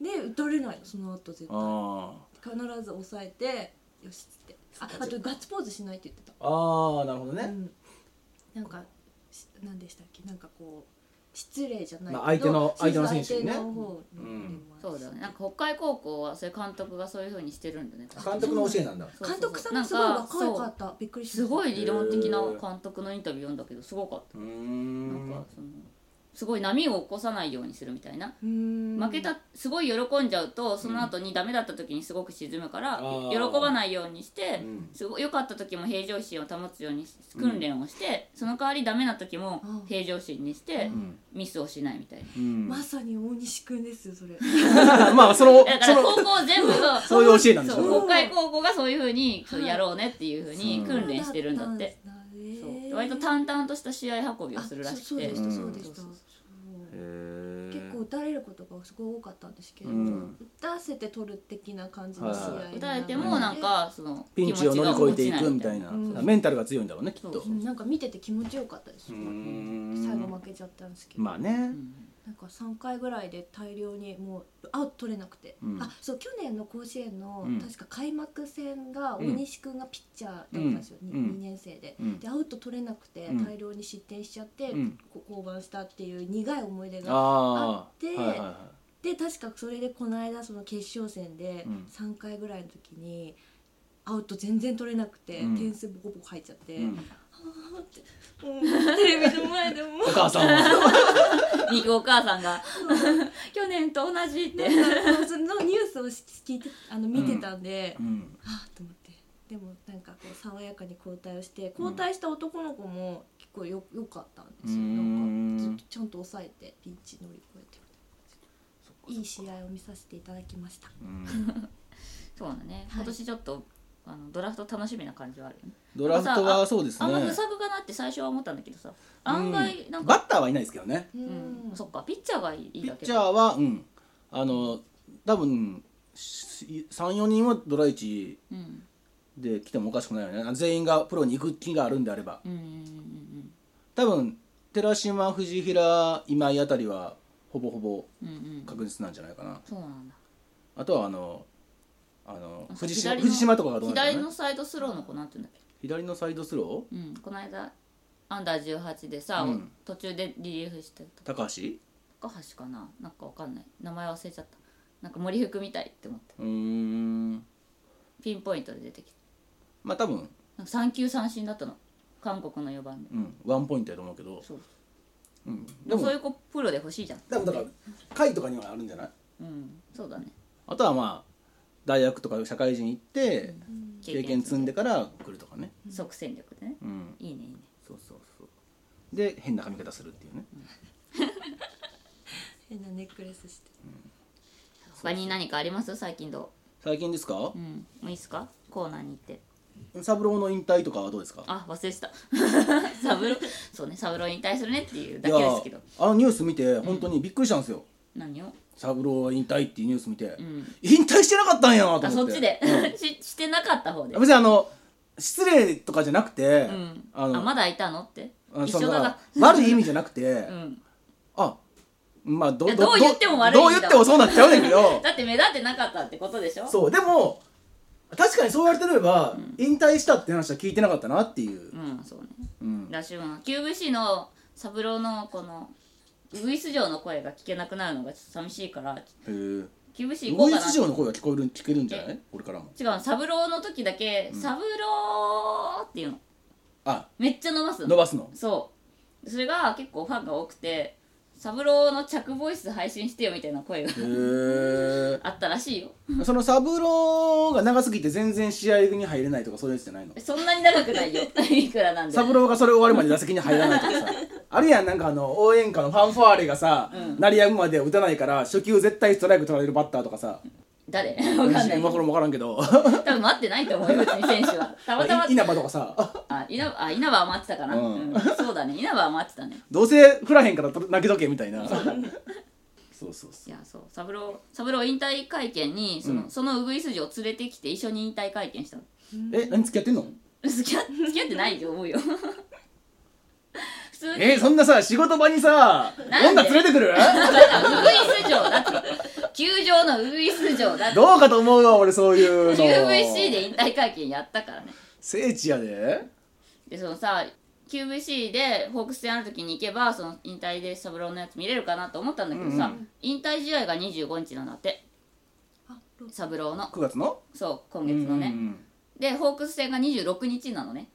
うんで打たれないのその後絶対あ必ず抑えてよしっつってああとガッツポーズしないって言ってたーあーなるほどうね、ん、なんかし何でしたっけなんかこう失礼じゃないけど、まあ相手の相手の選手にね相手の方のそうだよねなんか北海高校はそういう監督がそういうふうにしてるんだね監督の教えなんだそうそうそう監督さんがすごい若いかなんっかたびっくりそうしましたすごい理論的な監督のインタビュー読んだけどすごかったうーなんんかそのすごい波を起こさないようにするみたいな負負けたすごい喜んじゃうとその後にダメだった時にすごく沈むから、あー喜ばないようにして、うんすごい良かった時も平常心を保つように訓練をして、その代わりダメな時もうん平常心にしてう、んミスをしないみたいな。うん、まさに大西くんですよそれまあそのだかそらの高校全部そう そういう教えなんでしそょうう公開高校がそういうふうにそうやろうねっていうふうにうん訓練してるんだって、そうなんだそうね割と淡々とした試合運びをするらしくてあすそうそうでしたそうでした、うんそうへ結構打たれることがすごい多かったんですけど、うん打たせて取る的な感じの試合はい打たれてもなんかそのピンチを乗り越えていくみたいな、うんメンタルが強いんだろうねきっとそううんなんか見てて気持ちよかったです、うん最後負けちゃったんですけど、まあねなんか3回ぐらいで大量にもうアウト取れなくて、うんあそう去年の甲子園の、うん確か開幕戦がう大ん西君がピッチャーだったんですよ、うんにうん 2, 年生で。うんでアウト取れなくてうん大量に失点しちゃって、うんこ降板したっていう苦い思い出があであはいはいはいで確かそれでこの間その決勝戦でうん3回ぐらいの時にアウト全然取れなくて、うん点数ボコボコ入っちゃっ て、うんあーってもうテレビの 前でもうお母さんはミクお母さんが「 去年と同じ」ってなんかそのニュースをし聞いてあの見てたんで、うんああと思ってでもなんかこう爽やかに交代をして交代した男の子も結構よよかったんですよ、うんなんかずっとちゃんと抑えてピンチ乗り越えていい試合を見させていただきましたうんそうだねはい今年ちょっと、あのドラフト楽しみな感じはあるよねドラフトはそうですねあんま不作かなって最初は思ったんだけどさ案外なうんんか、バッターはいないですけどねううんそっかピッチャーがいピいだッけチャーはうんあの多分34人はドラ1うんで来てもおかしくないよねあの全員がプロに行く気があるんであればうんうんうん多分寺島藤平今井あたりはほぼほぼうんうんうん確実なんじゃないかな、そうなんだあとはあのあの藤島左の藤島とかがどうなる左かのねサイドスローの子なんて言うんだっ左のサイドスロけ、うん、この間アンダー18でさ、うん途中でリリーフしてーた高橋高橋かななんかわかんない名前忘れちゃったなんか森福みたいって思ったうーんピンポイントで出てきたまあ多分、なんか3球三振だったの韓国の4番でうん、ワンポイントやと思うけどそううん、ででももそういう子プロで欲しいじゃん多分だから下位とかにはあるんじゃないうんそうだねあとはまあ大学とか社会人行ってん経験積んでから来るとかね即戦力でねうんいいねいいねそうそうそうで変な髪型するっていうね変なネックレスして他に何かあります最近ど最近ですかううんもういいっすかコーナーに行って三郎の引退とかはどうですかあ忘れてた サブロそうねサブロ引退するねっていうだけですけどいやあのニュース見て本当にびっくりしたんですよ何を三郎は引退っていうニュース見て、うん引退してなかったんやなと思ってあそっちでう んししてなかった方で別にあの失礼とかじゃなくて、うんああのまだいたのってあの一緒そのだ な悪い意味じゃなくて、うんあまあどいやどう言っても悪いんだどう言ってもそうなっちゃうねんだ けどだって目立ってなかったってことでしょそうでも確かにそう言われてみれば、引退したって話は聞いてなかったなっていう、うんそうねうんラジオン QVC の三郎のこのウイス城の声が聞けなくなるのがちょっと寂しいからへえ QVC 行こうウかなイス城の声が聞こえる聞けるんじゃないこれからも違う三郎の時だけ「三郎」っていうのあめっちゃ伸ばす伸のばすのそうそれが結構ファンが多くて三郎の着ボイス配信してよみたいな声がへえあったらしいよその三郎が長すぎて全然試合に入れないとかそういうやつじゃないのそんなに長くない よいくらなんで三も郎がそれ終わるまで打席に入らないとか さあるやんなんかあの応援歌のファンファーレがさ、鳴りやむまで打たないから初球絶対ストライク取られるバッターとかさ誰わかんない今頃も分からんけど多分待ってないと思うよ別に選手はたまたま稲葉とかさあ稲あ稲葉は待ってたかな、うんうんそうだね稲葉は待ってたねどうせ振らへんから投げとけみたいなそうそういそうやそう三郎三郎引退会見にその、うんそのウグイス嬢を連れてきて一緒に引退会見したの え何付き合ってんの付き合って付き合ってないと思うよ 普通にえそんなさ仕事場にさなんで女連れてくるウグイス嬢だって球場のウグイス嬢だって どうかと思うわ俺そういうの QVC で引退会見やったからね聖地やででそのさ QVC でホークス戦ある時に行けばその引退で三郎のやつ見れるかなと思ったんだけどさ、うんう引退試合が25日なんだってあロッ三郎の9月のそう今月のね、うんでホークス戦が26日なのね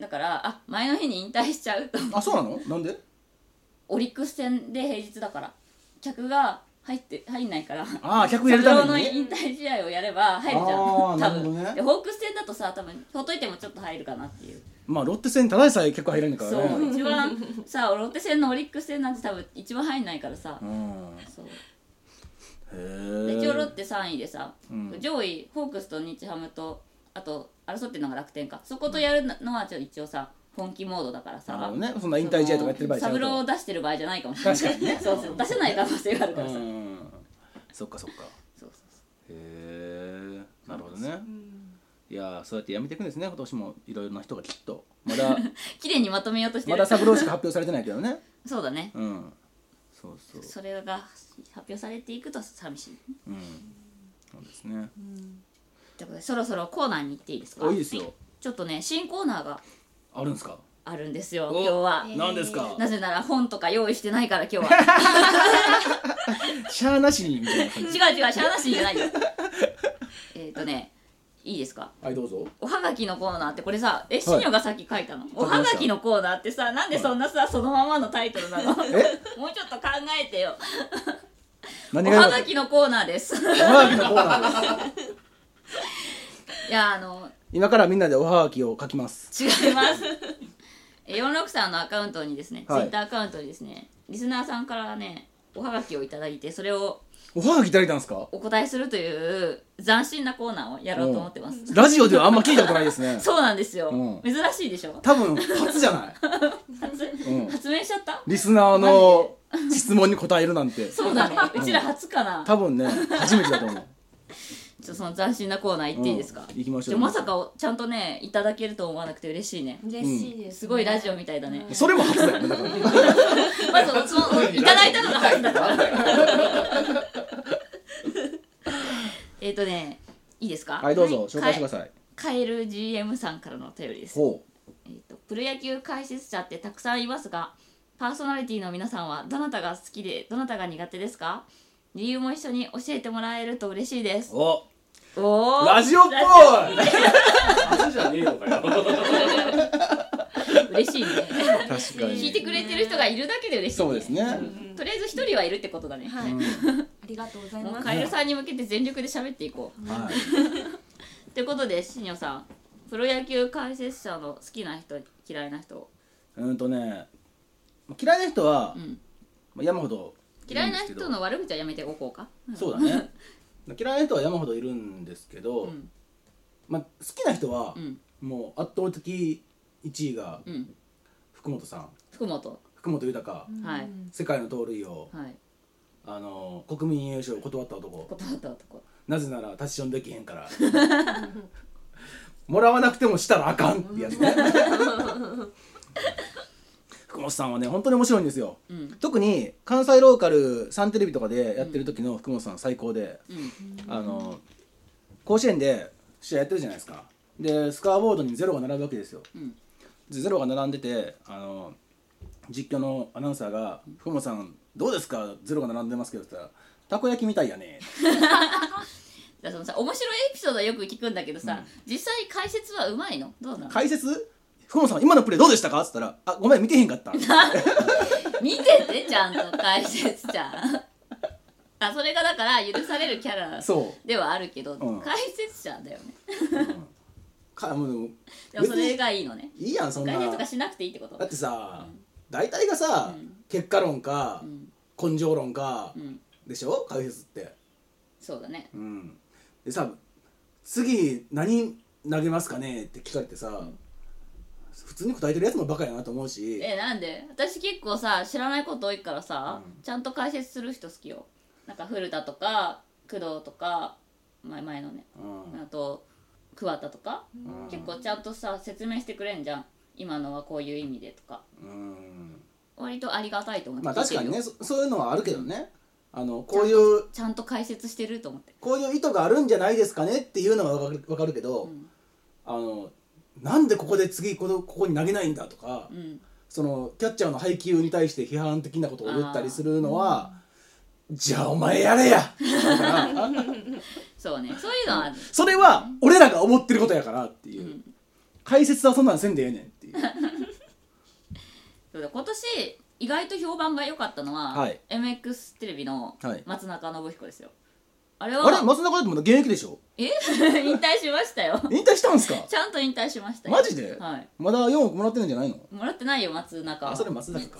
だからあ前の日に引退しちゃうとあそうなのなんでオリックス戦で平日だから客が入って入んないからああ客入れるたのめにね引退試合をやれば入るじゃんあー多なるほど分、ねでホークス戦だとさ多分ほっといてもちょっと入るかなっていうまあロッテ戦ただでさえ客入らないからそね う一番さロッテ戦のオリックス戦なんて多分一番入んないからさ、うんそうへでえ一応ロッテ3位でさ、うん上位ホークスと日ハムとあと争ってるのが楽天かそことやるのはちょっと一応さ本気モードだからさなるほどねそんな引退試合とかやってる場合ちサゃうブとローを出してる場合じゃないかもしれない確かにね そうそう出せない可能性があるからさ、うんそっかそっかそうそうそへえなるほどねうんいやーそうやってやめていくんですね今年もいろいろな人がきっと まだう綺麗にまとめようとしてまるだサブローしか発表されてないけどねそうだねうんそうそうそれが発表されていくと寂しいうんそうですねうんということでそろそろコーナーに行っていいですかあいいですよちょっとね新コーナーがあるんですかあるんですよお今日は、えー何ですかなぜなら本とか用意してないから今日はシャーなしにみたいな感違う違じうしゃあなしじゃないよえっとねいいですかはいどうぞおはがきのコーナーってこれさえしにょがさっき書いたの、おはがきのコーナーってさなんでそんなさそのままのタイトルなの もうえちょっと考えてよ何おがはよかがっきのコーナーです たおはがきのコーナーですいやあの今からみんなでおはがきを書きます違いますえ46さんのアカウントにですね、はいツイッターアカウントにですねリスナーさんからねおはがきをいただいてそれをおはがきいただいたんですかお答えするという斬新なコーナーをやろうと思ってます、ラジオではあんま聞いたことないですね そうなんですよ、うん珍しいでしょ多分初じゃない発,、うん発明しちゃったリスナーの質問に答えるなんてそうだね うちら初かな、ちょ多分ね初めてだと思うっとその斬新なコーナー行って いいですか、うん行きましじゃょうあまさかおちゃんとねいただけると思わなくて嬉しいね嬉しいですね、すごいラジオみたいだね、それも初だよねだからまずそのそのいただいたのが初だから えっとねいいですかはいどうぞ紹介してくだいさいカエル GM さんからのお便りですほえー、とプロ野球解説者ってたくさんいますがパーソナリティの皆さんはどなたが好きでどなたが苦手ですか理由も一緒に教えてもらえると嬉しいですうおおラジオっぽいじゃねえのかよ。い嬉しいね確か 聞いてにくれてる人がいるだけで嬉しい、そうですねうんとりあえず一人はいるってことだね、はい、うんありがとうございもまうすカエルさんに向けて全力で喋っていこはと、いってことでしにょさんプロ野球解説者の好きな人嫌いな人、うんとね嫌いな人はうん、山ほどる嫌いんでなすけど人の悪口はやめておこうか、そうだね嫌いな人は山ほどいるんですけうどんまあ好きな人はうんもう圧倒的1位がうん福本さん福本福本豊はい世界の盗塁王はいあの国民栄誉賞を断った男断った男なぜならタッチションできへんから もらわなくてもしたらあかんってやつね 福本さんはね本当に面白いんですようん特に関西ローカルサンテレビとかでやってる時の福本さん最高で、うんあの甲子園で試合やってるじゃないですかでスコアボードにゼロが並ぶわけですようんでゼロが並んでてあの実況のアナウンサーが「福本さんどうですかゼロが並んでますけど」って言ったら「たこ焼きみたいやね」だからそのさ面白いエピソードはよく聞くんだけどさ、実際解説はうまいのどうなの解説福本さん今のプレーどうでしたか?」っつったら「あごめん見てへん かった」見ててちゃんと解説ちゃんあそれがだから許されるキャラそではあるけど、うん解説者だよねかもうででももそれがいいのねいいやんそんな解説とかだしなくていいってことってさ、大体がさ、うん結果論かう、ん根性論か、うんでしょ解説ってそうだねうんでさ次何投げますかねって聞かれてさ、普通に答えてるやつもバカやなと思うしえなんで私結構さ知らないこと多いからさ、ちゃんと解説する人好きよなんか古田とか工藤とか前前のねうんあと桑田とか、うん結構ちゃんとさ説明してくれんじゃん今のはこういう意味でとかうん割とありがたいと思ってまあ聞い確てかるによねそそういうのはあるけどね、あのこういうちゃんと解説してると思ってこういう意図があるんじゃないですかねっていうのはわかるわかるけど、んあのなんでここで次このここに投げないんだとか、うんそのキャッチャーの配球に対して批判的なことを言ったりするのは、じゃあお前やれやだからそうねそういうのはある、それは俺らが思ってることやからっていうう、ん 解説はそんなんせんでええねんっていうそうだ今年意外と評判が良かったのは、はい MX テレビのはい松中信彦ですよあれはあれ松中だってまだ現役でしょえ 引退しましたよ引退したんすかちゃんと引退しましたよマジではいまだ4億もらってるんじゃないのもらってないよ松中あそれ松坂か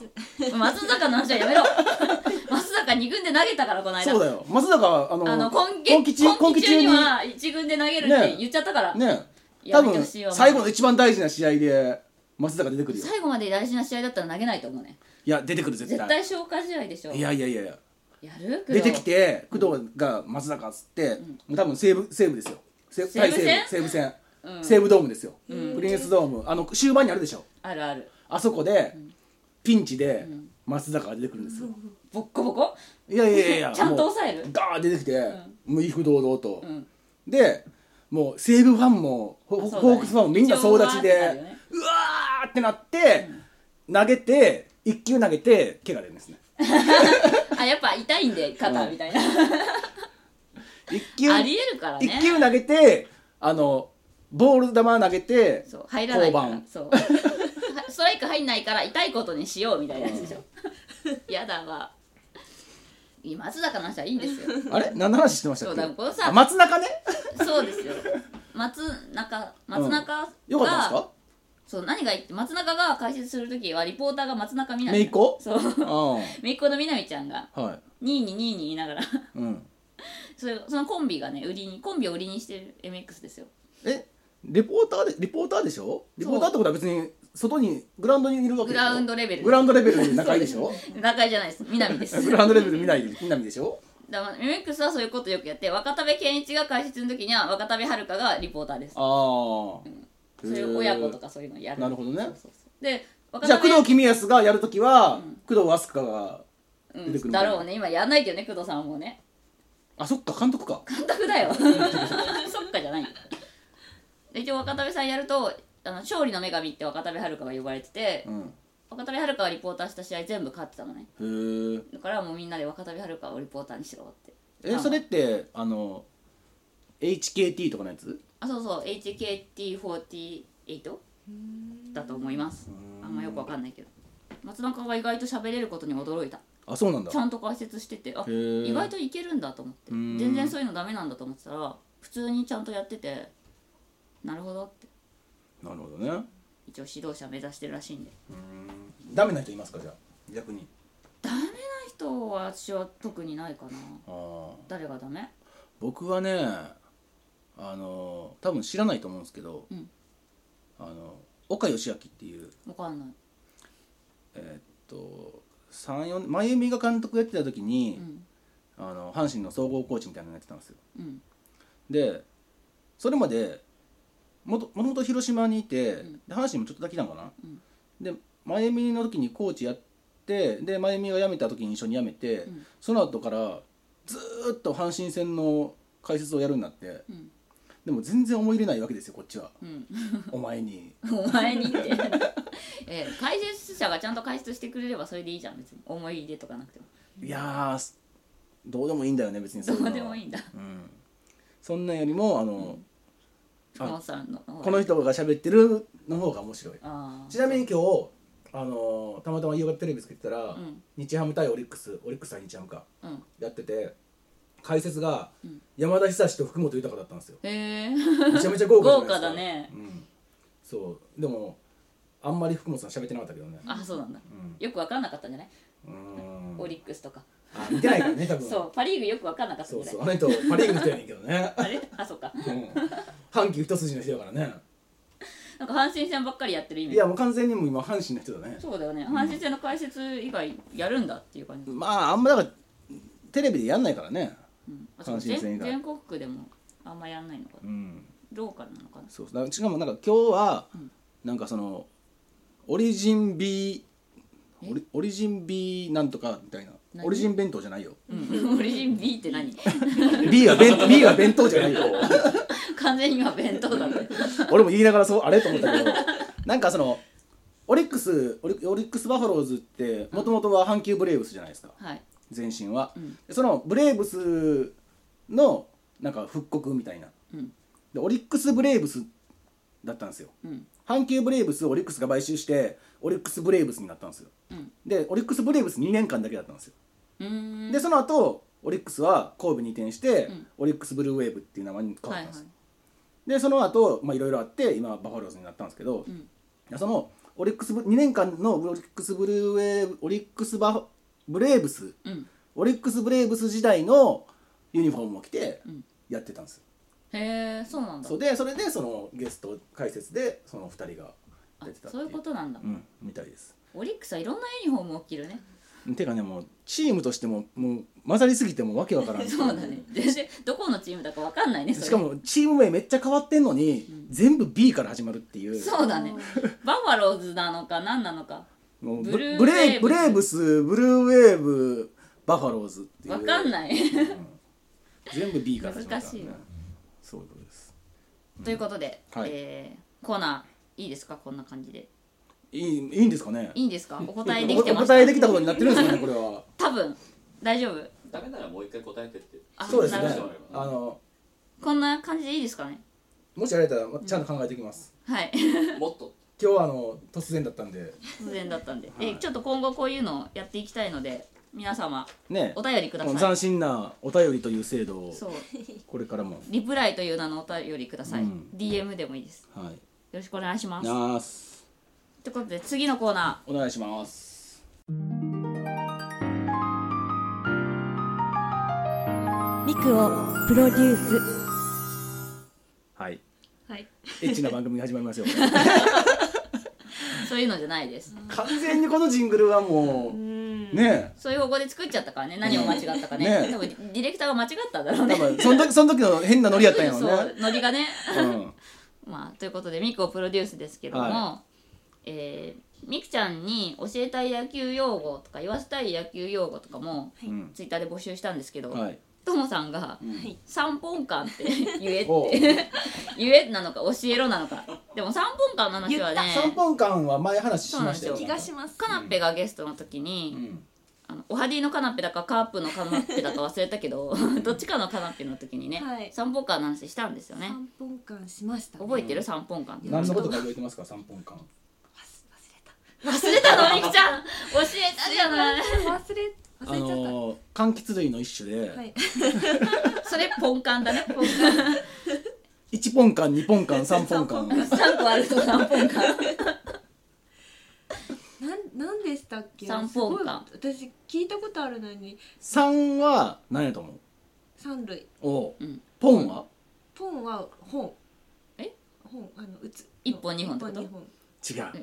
松坂の話はやめろ 松坂2軍で投げたからこの間そうだよ松坂はあのあの今季今季中今今季季中中にには1軍で投げるって言っちゃったから、ねや多めて分ほしいわ最後の一番大事な試合で松坂出てくるよ最後まで大事な試合だったら投げないと思うねいや出てくる絶絶対対消化試合でしょいやいやいやいややる出てきて工藤が松坂っつって多分西武西武ですよ西西武戦対西武西武戦うん西武ドームですよプんリンスドームあの終盤にあるでしょあるあるあそこでピンチでん松坂が出てくるんですよボッコボコいやいやいやいやちゃんと抑えるもうガーッ出てきてもう威風堂々とうんでもう西武ファンもホあそうだねホークスファンもみんな総立ち一応わーってなるよでねうわーってなって投げて1球投げて怪我出るんですねあやっぱ痛いんで肩みたいな、 1球ありえるからね一球投げてあのボール球投げてそう入らないか降ら板そう はストライク入んないから痛いことにしようみたいなやつでしょ やだわいい松坂の話はいいんですよ あれ何の話してましたっそうけだこのさあ松中ねそうですよ松中松中が、よかったんですかそう何がいいって松中が解説する時はリポーターが松中みなみ姪っ子そうう 姪っ子のみなみちゃんがんはいニーニーニーニー言いながら うんそれそのコンビがね売りにコンビを売りにしてる MX ですよえレポーターでリポーターでしょリポーターってことは別に外にグラウンドにいるわグけでしょラウンドレベルグラウンドレベルに仲いいでしょ仲居じゃないですみなみ です グラウンドレベル見ない見ないでしょだから MX はそういうことよくやって若田部健一が解説の時には若田部遥がリポーターですああそういう親子とかそういうのやるなるほどねそうそうそうで若じゃあ田工部藤公康がやるときは、工藤飛鳥が出てくうるん、みたいだなろうね今やんないけどね工藤さんはもうねあそっか監督か監督だよ そっかじゃないで一応若田部さんやるとあの勝利の女神って若田部遥が呼ばれてて、うん若田部遥がリポーターした試合全部勝ってたのねへえだからもうみんなで若田部遥をリポーターにしろってえそれってあの HKT とかのやつあそうそう HKT48 だと思いますあんまよくわかんないけど松中が意外と喋れることに驚いたあそうなんだちゃんと解説しててあへー意外といけるんだと思ってうん全然そういうのダメなんだと思ってたら普通にちゃんとやっててなるほどってなるほどね一応指導者目指してるらしいんでダメな人いますかじゃあ逆にあの人は私は特にないかなああ誰がダメ僕はねあの多分知らないと思うんですけど、うんあの岡義明っていうわかんないえーっと34真由美が監督やってた時にう、んあの阪神の総合コーチみたいなのやってたんですようん でそれまでもともともと広島にいて、んで阪神もちょっとだけいたのかな、んで前見の時にコーチやってで前見が辞めた時に一緒に辞めて、んその後からずーっと阪神戦の解説をやるようになってうんでも全然思い入れないわけですよこっちはうんお前にお前にってええ解説者がちゃんと解説してくれればそれでいいじゃん別に思い入れとかなくてもいやーどうでもいいんだよね別にどういうのうはでもいいんだうん、そんなんよりもあの、福本さんの方がこの人が喋ってるの方が面白いあちなみに今日あのーたまたま夕方テレビつけてたら、ん日ハム対オリックスオリックス対日ハムかあうんやってて解説が山田久志と福本豊だった んですよへえめちゃめちゃ豪華じゃないですか豪華だねうん、そうでもあんまり福本さん喋ってなかったけどね あそうなんだうんよく分かんなかったんじゃない、うんオリックスとか、あ見てないからね多 分そうパ・リーグよく分かんなかったそんうじゃそうないあの人パ・リーグの人やねんけどねあれあ そうか うん阪急一筋の人やからねなんか阪神戦ばっかりやってるイメいーやジもう完全にもう今阪神の人だねそうだよね阪神戦の解説以外やるんだっていう感じ、まああんまだからテレビでやんないからねうん、あそう阪神戦以全外全国区でもあんまやんないのかなうんローカルなのかなそうだからしかもなんか今日は、んなんかそのオリジン B えオリオリジン B なんとかみたいな何オリジン弁当じゃないよ うん、オリジン B って何 B は弁 B は弁当じゃないよ完全に今弁当だね俺も言いながらそうあれと思ったけどなんかそのオリックスオリオリックスバファローズってもともとは阪急ブレーブスじゃないですかはい前身は、うんでそのブレーブスのなんか復刻みたいなうんでオリックスブレーブスだったんですようん阪急ブレーブスをオリックスが買収してオリックスブレーブスになったんですようんでオリックスブレーブス2年間だけだったんですようーんでその後オリックスは神戸に移転して、うんオリックスブルーウェーブっていう名前に変わはっいたんはいですよ、でその後まあいろいろあって今バファローズになったんですけどう、んそのオリックスブ2年間のオリックスブルーウェーブオリックスバフブレーブスうんオリックスブレーブス時代のユニフォームを着てうんやってたんですよ、へえそうなんだそうでそれでそのゲスト解説でその2人があ出てたってそういうことなんだうんみたいですオリックスはいろんなユニフォームを着るねてかねもうチームとしてももう混ざりすぎてもうわけわから んそうだね全然どこのチームだかわかんないねそれしかもチーム名めっちゃ変わってんのに、全部 B から始まるっていうそうだねバファローズなのか何なのかもうブブルーブレウェーブスブレーブスブルーウェーブバファローズっていうわかんない全部 B から始まるから、ね、難しいわそういうことですということで、はいえーコーナーいいですかこんな感じでいいいいんですかねいいんですかお答えできておまおした答えできたことになってるんですかねこれは多分大丈夫ダメならもう一回答えてってあそうですなねるほどあのこんな感じでいいですかねもしあれだったらまちゃんと考えていきます、はい もっと今日はあの突然だったんで突然だったんで、えちょっと今後こういうのをやっていきたいので皆様ねお便りください斬新なお便りという制度をそうこれからもリプライという名のお便りください、うん DM でもいいですはいよろしくお願いしますなーすということで次のコーナお願いしますミクをプロデュースはいはいエッチな番組が始まりますよーそういうのじゃないです 完全にこのジングルはもうねえそういう方向で作っちゃったからね何を間違ったかね,、ね多分ディレクターが間違ったんだろうね多分その時その時の変なノリやったんやろそうねノリがねうんまあということでミクをプロデュースですけども、はえーミクちゃんに教えたい野球用語とか言わせたい野球用語とかも、うんツイッターで募集したんですけど、はいともさんがはい「三本間」 って言えおうって言えなのか教えろなのかでも三本間の話はね三本間は前話しましたよそう気がしますカナッペがゲストの時うに、んあのおはディのカナッペだかカープのカナッペだか忘れたけど どっちかのカナッペの時にね、はい三本間の話したんですよね三本間しましたね覚えてる三本間って何のことか覚えてますか三本間忘忘れたのみきちゃん教えたじゃないれた忘れ忘あれちゃった、のー柑橘類の一種で、はいそれポンカンだねポンカン1ポンカン2ポンカン3ポンカン3個あると3ポンカンなんなんでしたっけ三本間すごい私聞いたことあるのに3は何やと思う三類おううんポンはポンは本え本あの打つ一本二本って一こと二本違う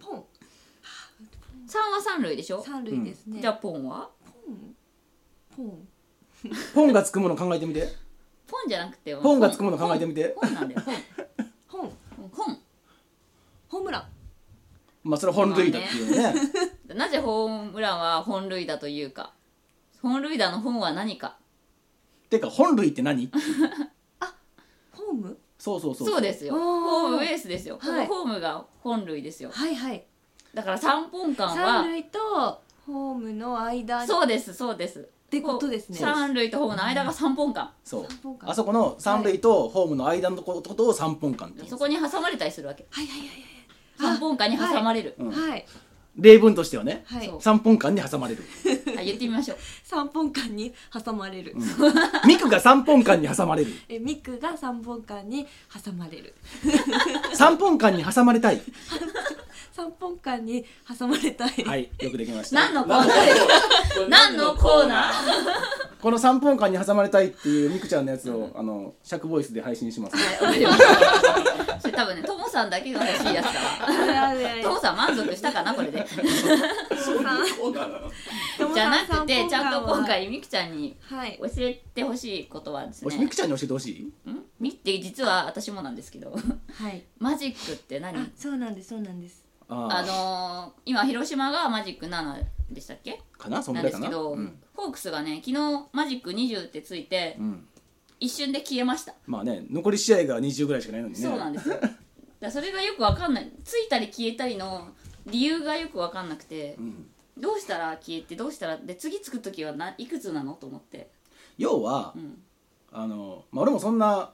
ポ3ンは3類でしょ三類ですね、じゃあポンはポンポンポンがつくもの考えてみてポンじゃなくてポンがつくもの考えてみてポンなんだよポン本ポンホームランまあそれは本塁打っていうねなぜホームランは本塁打というか本塁打の本は何かてか本塁って何ホームそうそうそうそうですよあーホームベースですよ、はいホームが本塁ですよはいはいだから3本間三は類とホームの間そうですそうですっってことですね3塁とホームの間が3本間そう三本間あそこの三塁とホームの間のことを三本間って言うんですそこに挟まれたりするわけはいはいはい3本間に挟まれる、うんはいはい例文としてはねはいそう三本間に挟まれるあ言ってみましょう三本間に挟まれる、ミクが三本間に挟まれるえミクが三本間に挟まれる三本間に挟まれたい三本間に挟まれたい、はいよくできました何のコーナーですか 何のコーナーこの三本間に挟まれたいっていうミクちゃんのやつをあの尺ボイスで配信します それ多分ねともさんだけが欲しいやつだわあれあれともさん満足したかなこれでコーナーなのじゃなくてちゃんと今は回みきちゃんにはい教えてほしいことはですおしミねクちゃんに教えてほしいんみって実は私もなんですけど はいマジックってあ何そうなんですそうなんですあーあのー今広島がマジック7でしたっけかなそんなぐんらでいかすなけど、うんホークスがね昨日マジック20ってついてうん一瞬で消えました、まあね残り試合が20ぐらいしかないのにねそうなんですよだからそれがよくわかんないついたり消えたりの理由がよくわかんなくてうんどうしたら消えてどうしたらで次つく時はないくつなのと思って要はうんあの、まあ、俺もそんな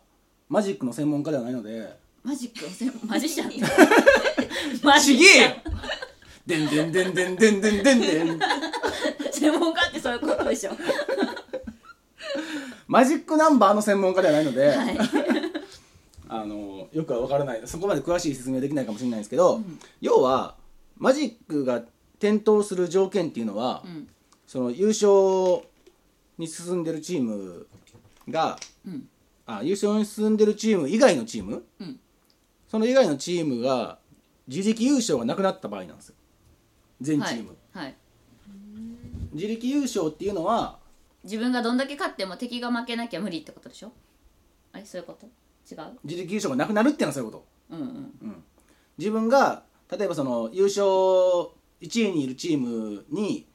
マジックの専門家ではないのでマジ ックの専門マジシャンってマジちげシえャよでんでんでんでんでんでんでんでんン専門家ってそういうことでしょマジックナンバーの専門家ではないので、はいあのよくは分からないそこまで詳しい説明できないかもしれないんですけど、要はマジックが点灯する条件っていうのは、うんその優勝に進んでるチームがうんあ優勝に進んでるチーム以外のチーム、うんその以外のチームが自力優勝がなくなった場合なんですよ全チはーいム、はい自力優勝っていうのは自分がどんだけ勝っても敵が負けなきゃ無理ってことでしょあれそういうこと違う自力優勝がなくなるっていうのはそういうこうとんうん自分が例えばその優勝1位にいるチームに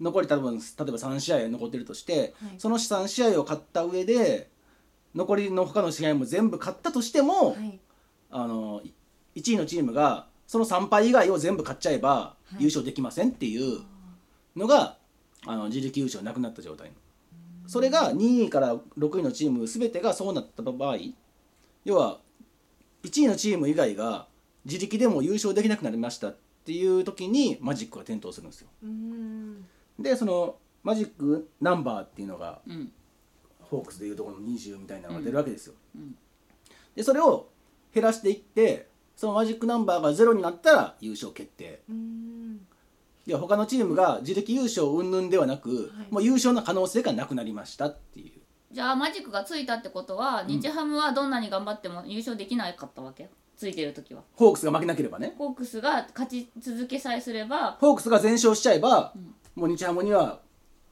残り多分例えば3試合残ってるとして、はいその3試合を勝った上で残りの他の試合も全部勝ったとしても、はいあの1位のチームがその3敗以外を全部勝っちゃえばい優勝できませんっていうのが、あの自力優勝なくなった状態それが2位から6位のチーム全てがそうなった場合要は1位のチーム以外が自力でも優勝できなくなりましたっていう時にマジックが点灯するんですようーんでそのマジックナンバーっていうのがうんホークスでいうところの20みたいなのが出るわけですよ、うんでそれを減らしていってそのマジックナンバーがゼロになったら優勝決定うーんで他のチームが自力優勝云々ではなく、はいもう優勝の可能性がなくなりましたっていうじゃあマジックがついたってことは、日ハムはどんなに頑張っても優勝できなかったわけついてる時はホークスが負けなければねホークスが勝ち続けさえすればホークスが全勝しちゃえば、もう日ハムには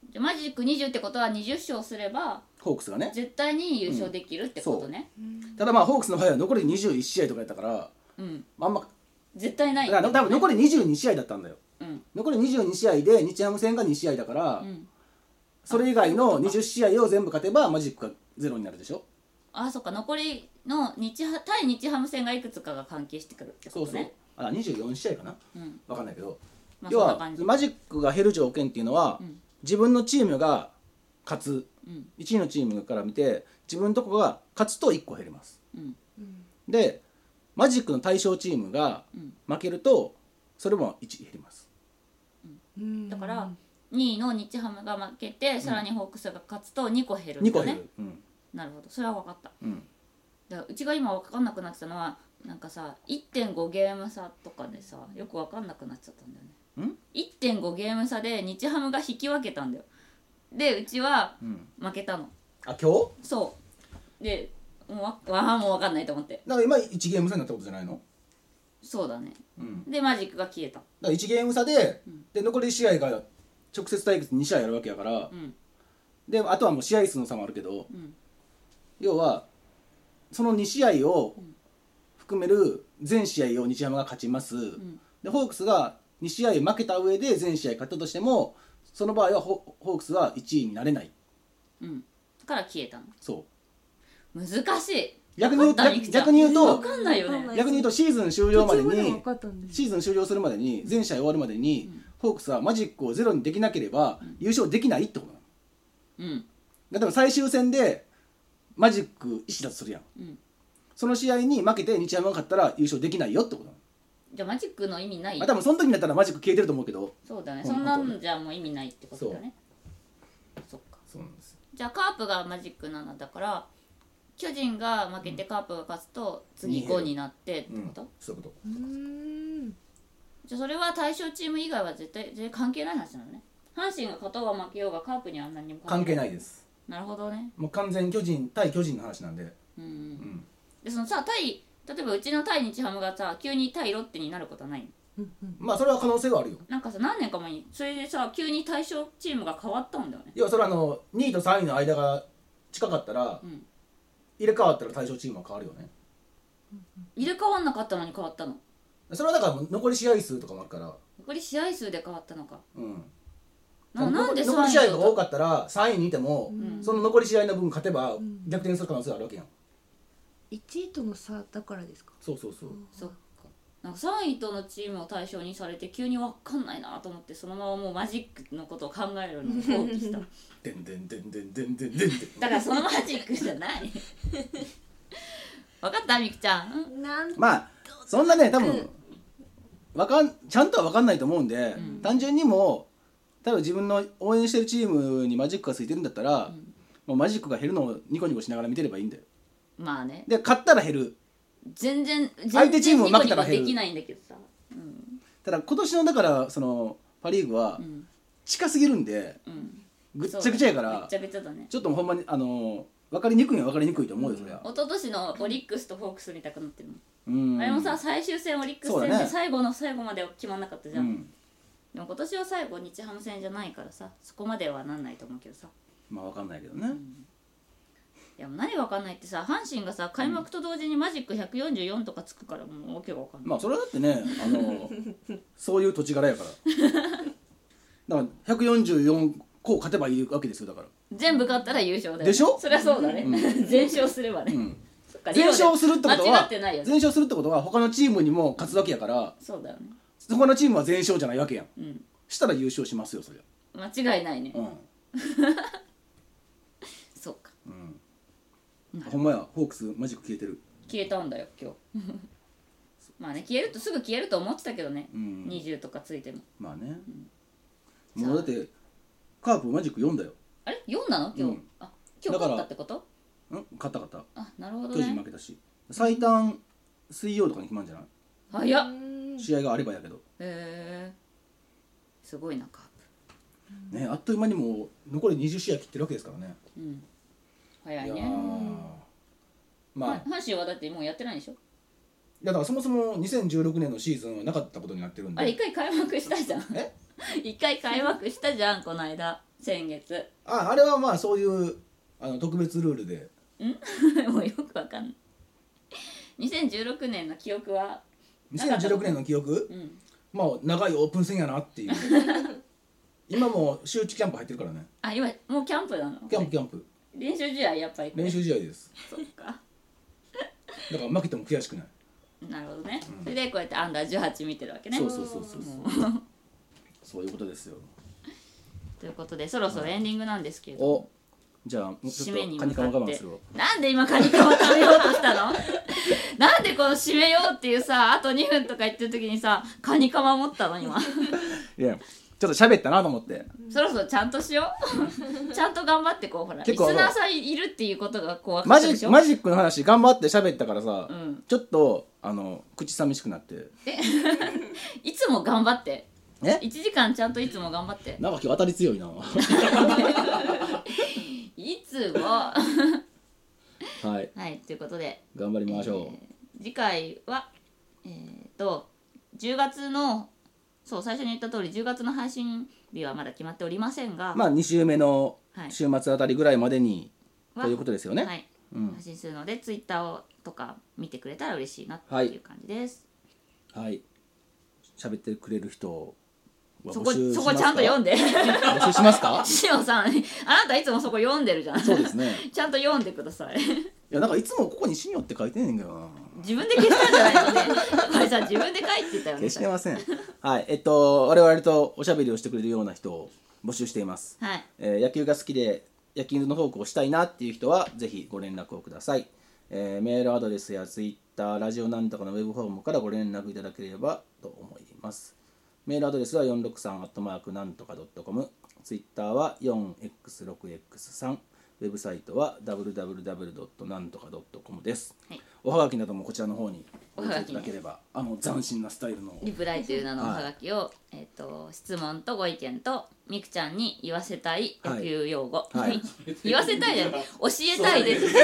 じゃあマジック20ってことは20勝すればホークスがね絶対に優勝できるってことねただまあホークスの場合は残り21試合とかやったからうん、あんま絶対ないだから多分残り22試合だったんだようん残り22試合で日ハム戦が2試合だから、うんそれ以外の20試合を全部勝てばマジックがゼロになるでしょあそっか残りの日ハ対日ハム戦がいくつかが関係してくるってそこうとそうねあ24試合かなそう、ん分かんないけど、まあ、要そんなは感じマジックが減る条件っていうのは、ん自分のチームが勝つうん1位のチームから見て自分のとこが勝つと1個減りますうんでマジックの対象チームがうん負けるとそれも1減りますうんだから2位の日ハムが負けてさらにホークスが勝つと2個減るんだ2ね個減る、うんなるほどそれは分かったうんだからうちが今分かんなくなってたのはなんかさ1.5ゲーム差とかでさよく分かんなくなっちゃったんだよねん1.5ゲーム差で日ハムが引き分けたんだよでうちはうん負けたのあ今日そうでもうわわあもう分かんないと思ってだから今1ゲーム差になったことじゃないの、そうだねうん、でマジックが消えただから1ゲーム差で,、で残り試合が直接対決2試合やるわけやから、んであとはもう試合数の差もあるけど、ん要はその2試合を含める全試合を日山が勝ちます、でホークスが2試合負けた上で全試合勝ったとしてもその場合はホホークスは1位になれないうんだから消えたのそ難しい逆に言う分かんない逆逆に言うと分かんないよねうはい逆に言うとシーズン終了ま途で中まで分にかったんですシーズン終了するまでに全試合終わるまでに、ホークスはマジックをゼロにできなければ優勝できないってことなのうん例えば最終戦でマジック1だとするやん、うんその試合に負けて日ハムが勝ったら優勝できないよってことなのじゃあマジックの意味ないまあ多分その時になったらマジック消えてると思うけどそうだねうんそんなんじゃもう意味ないってことだねそっかそうなんですじゃあカープがマジック7だから巨人が負けてカープが勝つと次うん5になってってこと、そういうこうーんじゃあそれは対象チーム以外は絶対全然関係ない話なのね阪神が勝とうが負けようがカープには何にもと関係ないですなるほどねもう完全に巨人対巨人の話なんでうん、んでそのさ対例えばうちの対日ハムがさ急に対ロッテになることはないのまあそれは可能性はあるよなんかさ何年か前にそれでさ急に対象チームが変わったんだよね要はそれはあの2位と3位の間が近かったら、うん入れ替わったら対象チームは変わるよね入れ替わんなかったのに変わったのそれはだから残り試合数とかもあるから残り試合数で変わったのかうんななんで残り試合とが多かったら3位にいても、その残り試合の分勝てば逆転する可能性あるわけやん、 1位との差だからですかそうそうそうそっかなんか3位とのチームを対象にされて急に分かんないなと思ってそのままもうマジックのことを考えるのを放棄した でんでんでんでんでんでんでんでん だからそのマジックじゃない分分かったみくちゃんうんなんまあそんなね多うん分わかんちゃんとは分かんないと思うんで、ん単純にもう例えば自分の応援してるチームにマジックがついてるんだったら、もうマジックが減るのをニコニコしながら見てればいいんだよまあねで勝ったら減る全然全然相手チームを負けたらニコニ減るコできないんだけどさただ今年のだからそのパ・リーグはん近すぎるんで、うんぐっちゃぐちゃやかそうらぐっちゃぐちゃだねちょっとほんまにあの分かりにくいのは分かりにくいと思うよそりゃ、一昨年のオリックスとホークスみたくなってるもんうん、あれもさ最終戦オリックスそうだ戦でね最後の最後までは決まんなかったじうゃん、んでも今年は最後日ハム戦じゃないからさそこまではなんないと思うけどさまあ分かんないけどね、いやもう何がわかんないってさ阪神がさ開幕と同時にマジック144とかつくからもうわけがわかんない、まあそれはだってね あのそういう土地柄やからだから144個勝てばいいわけですよだから、全部勝ったら優勝だよねでしょそりゃそうだね、全勝すればね、うん、そっか全勝するってこと間違はってないよ全ね勝するってことは他のチームにも勝つわけやからそうだよね他のチームは全勝じゃないわけやんうんしたら優勝しますよそりゃ間違いないね、うん、そうかうん、ほんまやホークスマジック消えてる消えたんだよ今日 まあね消えるとすぐ消えると思ってたけどね、うん20とかついてもまあね、もうだってカープマジック4だよあれ4なの今日、うんあ今日だから勝ったってことん勝った勝ったあなるほど巨人負ねけたし最短水曜とかに決まるんじゃない、早っうへん試合があればやけどえすごいなカーね、あっという間にもう残り20試合切ってるわけですからね。プうん早いいやねーまあ、はいい阪神はだってもうやってないでしょやだからそもそも2016年のシーズンはなかったことになってるんで。あれ一回開幕したじゃんえ 一回開幕したじゃんこの間先月 ああれはまあそういうあの特別ルールで。もうよくわかんない2016年の記憶はなかった2016年の記憶うんまあ長いオープン戦やな っていう今もう周知キャンプ入ってるからねあ今もうキャンプなのキャンプキャンプ練習試合やっぱり練習試合ですそっかだから負けても悔しくないなるほどね、それでこうやってアンダー18見てるわけねそうそうそうそう そういうことですよということでそろそろエンディングなんですけれど、おじゃあ締ちょめっにとカ向ニカかマっ我慢てするわなんで今カニカマ食べようとしたの なんでこの締めようっていうさあと2分とか言ってる時にさカニカマ持ったの今いやちょっと喋ったなと思ってそろそろちゃんとしようちゃんと頑張ってこうほらリ結ス構ナーさんいるっていうことがこう分かマったでしジょマジックの話頑張って喋ったからさ、うんちょっとあの口寂しくなっていつも頑張ってえ1時間ちゃんといつも頑張ってなんか今日当たり強いな はいつもはいいということで頑張りましょう、次回はえっと10月のそう最初に言った通り10月の配信日はまだ決まっておりませんが、まあ2週目のはい週末あたりぐらいまでに、はということですよねはいうん発信するのでツイッターをとか見てくれたら嬉しいなってはいいう感じです、はい喋ってくれる人はそこ募集しそまこすちかゃんと読んで募集しま すかしおさんあなたいつもそこ読んでるじゃんそうですねちゃんと読んでくださいいやなんかいつもここに「シニョ」って書いてんねんけどな自分で消したんじゃないのねこれさ自分で書いてたよね消してませんはいえっと我々とおしゃべりをしてくれるような人を募集していますはいえー野球が好きで野球のトークをしたいなっていう人はぜひご連絡をください、えーメールアドレスやツイッターラジオなんとかのウェブフォームからご連絡いただければと思いますメールアドレスは463アットマークなんとか .com ツイッターは 4x6x3 ウェブサイトは www. なんとか .com です、はいおはがきなどもこちらの方におおはが寄せきいねただければあの斬新なスタイルのリプライという名のおはがきを、えっ、と質問とご意見とみくちゃんに言わせたい野球用語、はい 言わせたいじゃない教えたいです教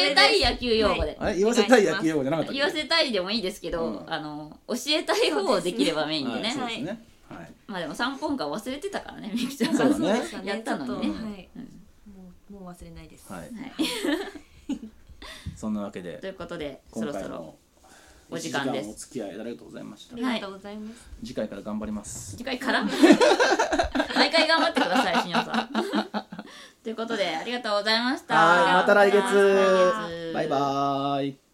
えたい野球用語で、あれ言わせたい野球用語じゃなかったっけ言わせたいでもいいですけど、うんあの教えたい方をできればメインではいねそうですね、はいまあでも3分間忘れてたからねみくちゃんそがうあだねそうでしたねやったのにねちょっとはいうんもうもう忘れないですはい、はい そんなわけでということでそ今ろ回そろもお時間で一おす付き合いありがとうございましたありがとうございます、次回から頑張ります次回 から毎回頑張ってくださいしのさんということでありがとうございましたはいまた来ありがとうございま月したバイバーイ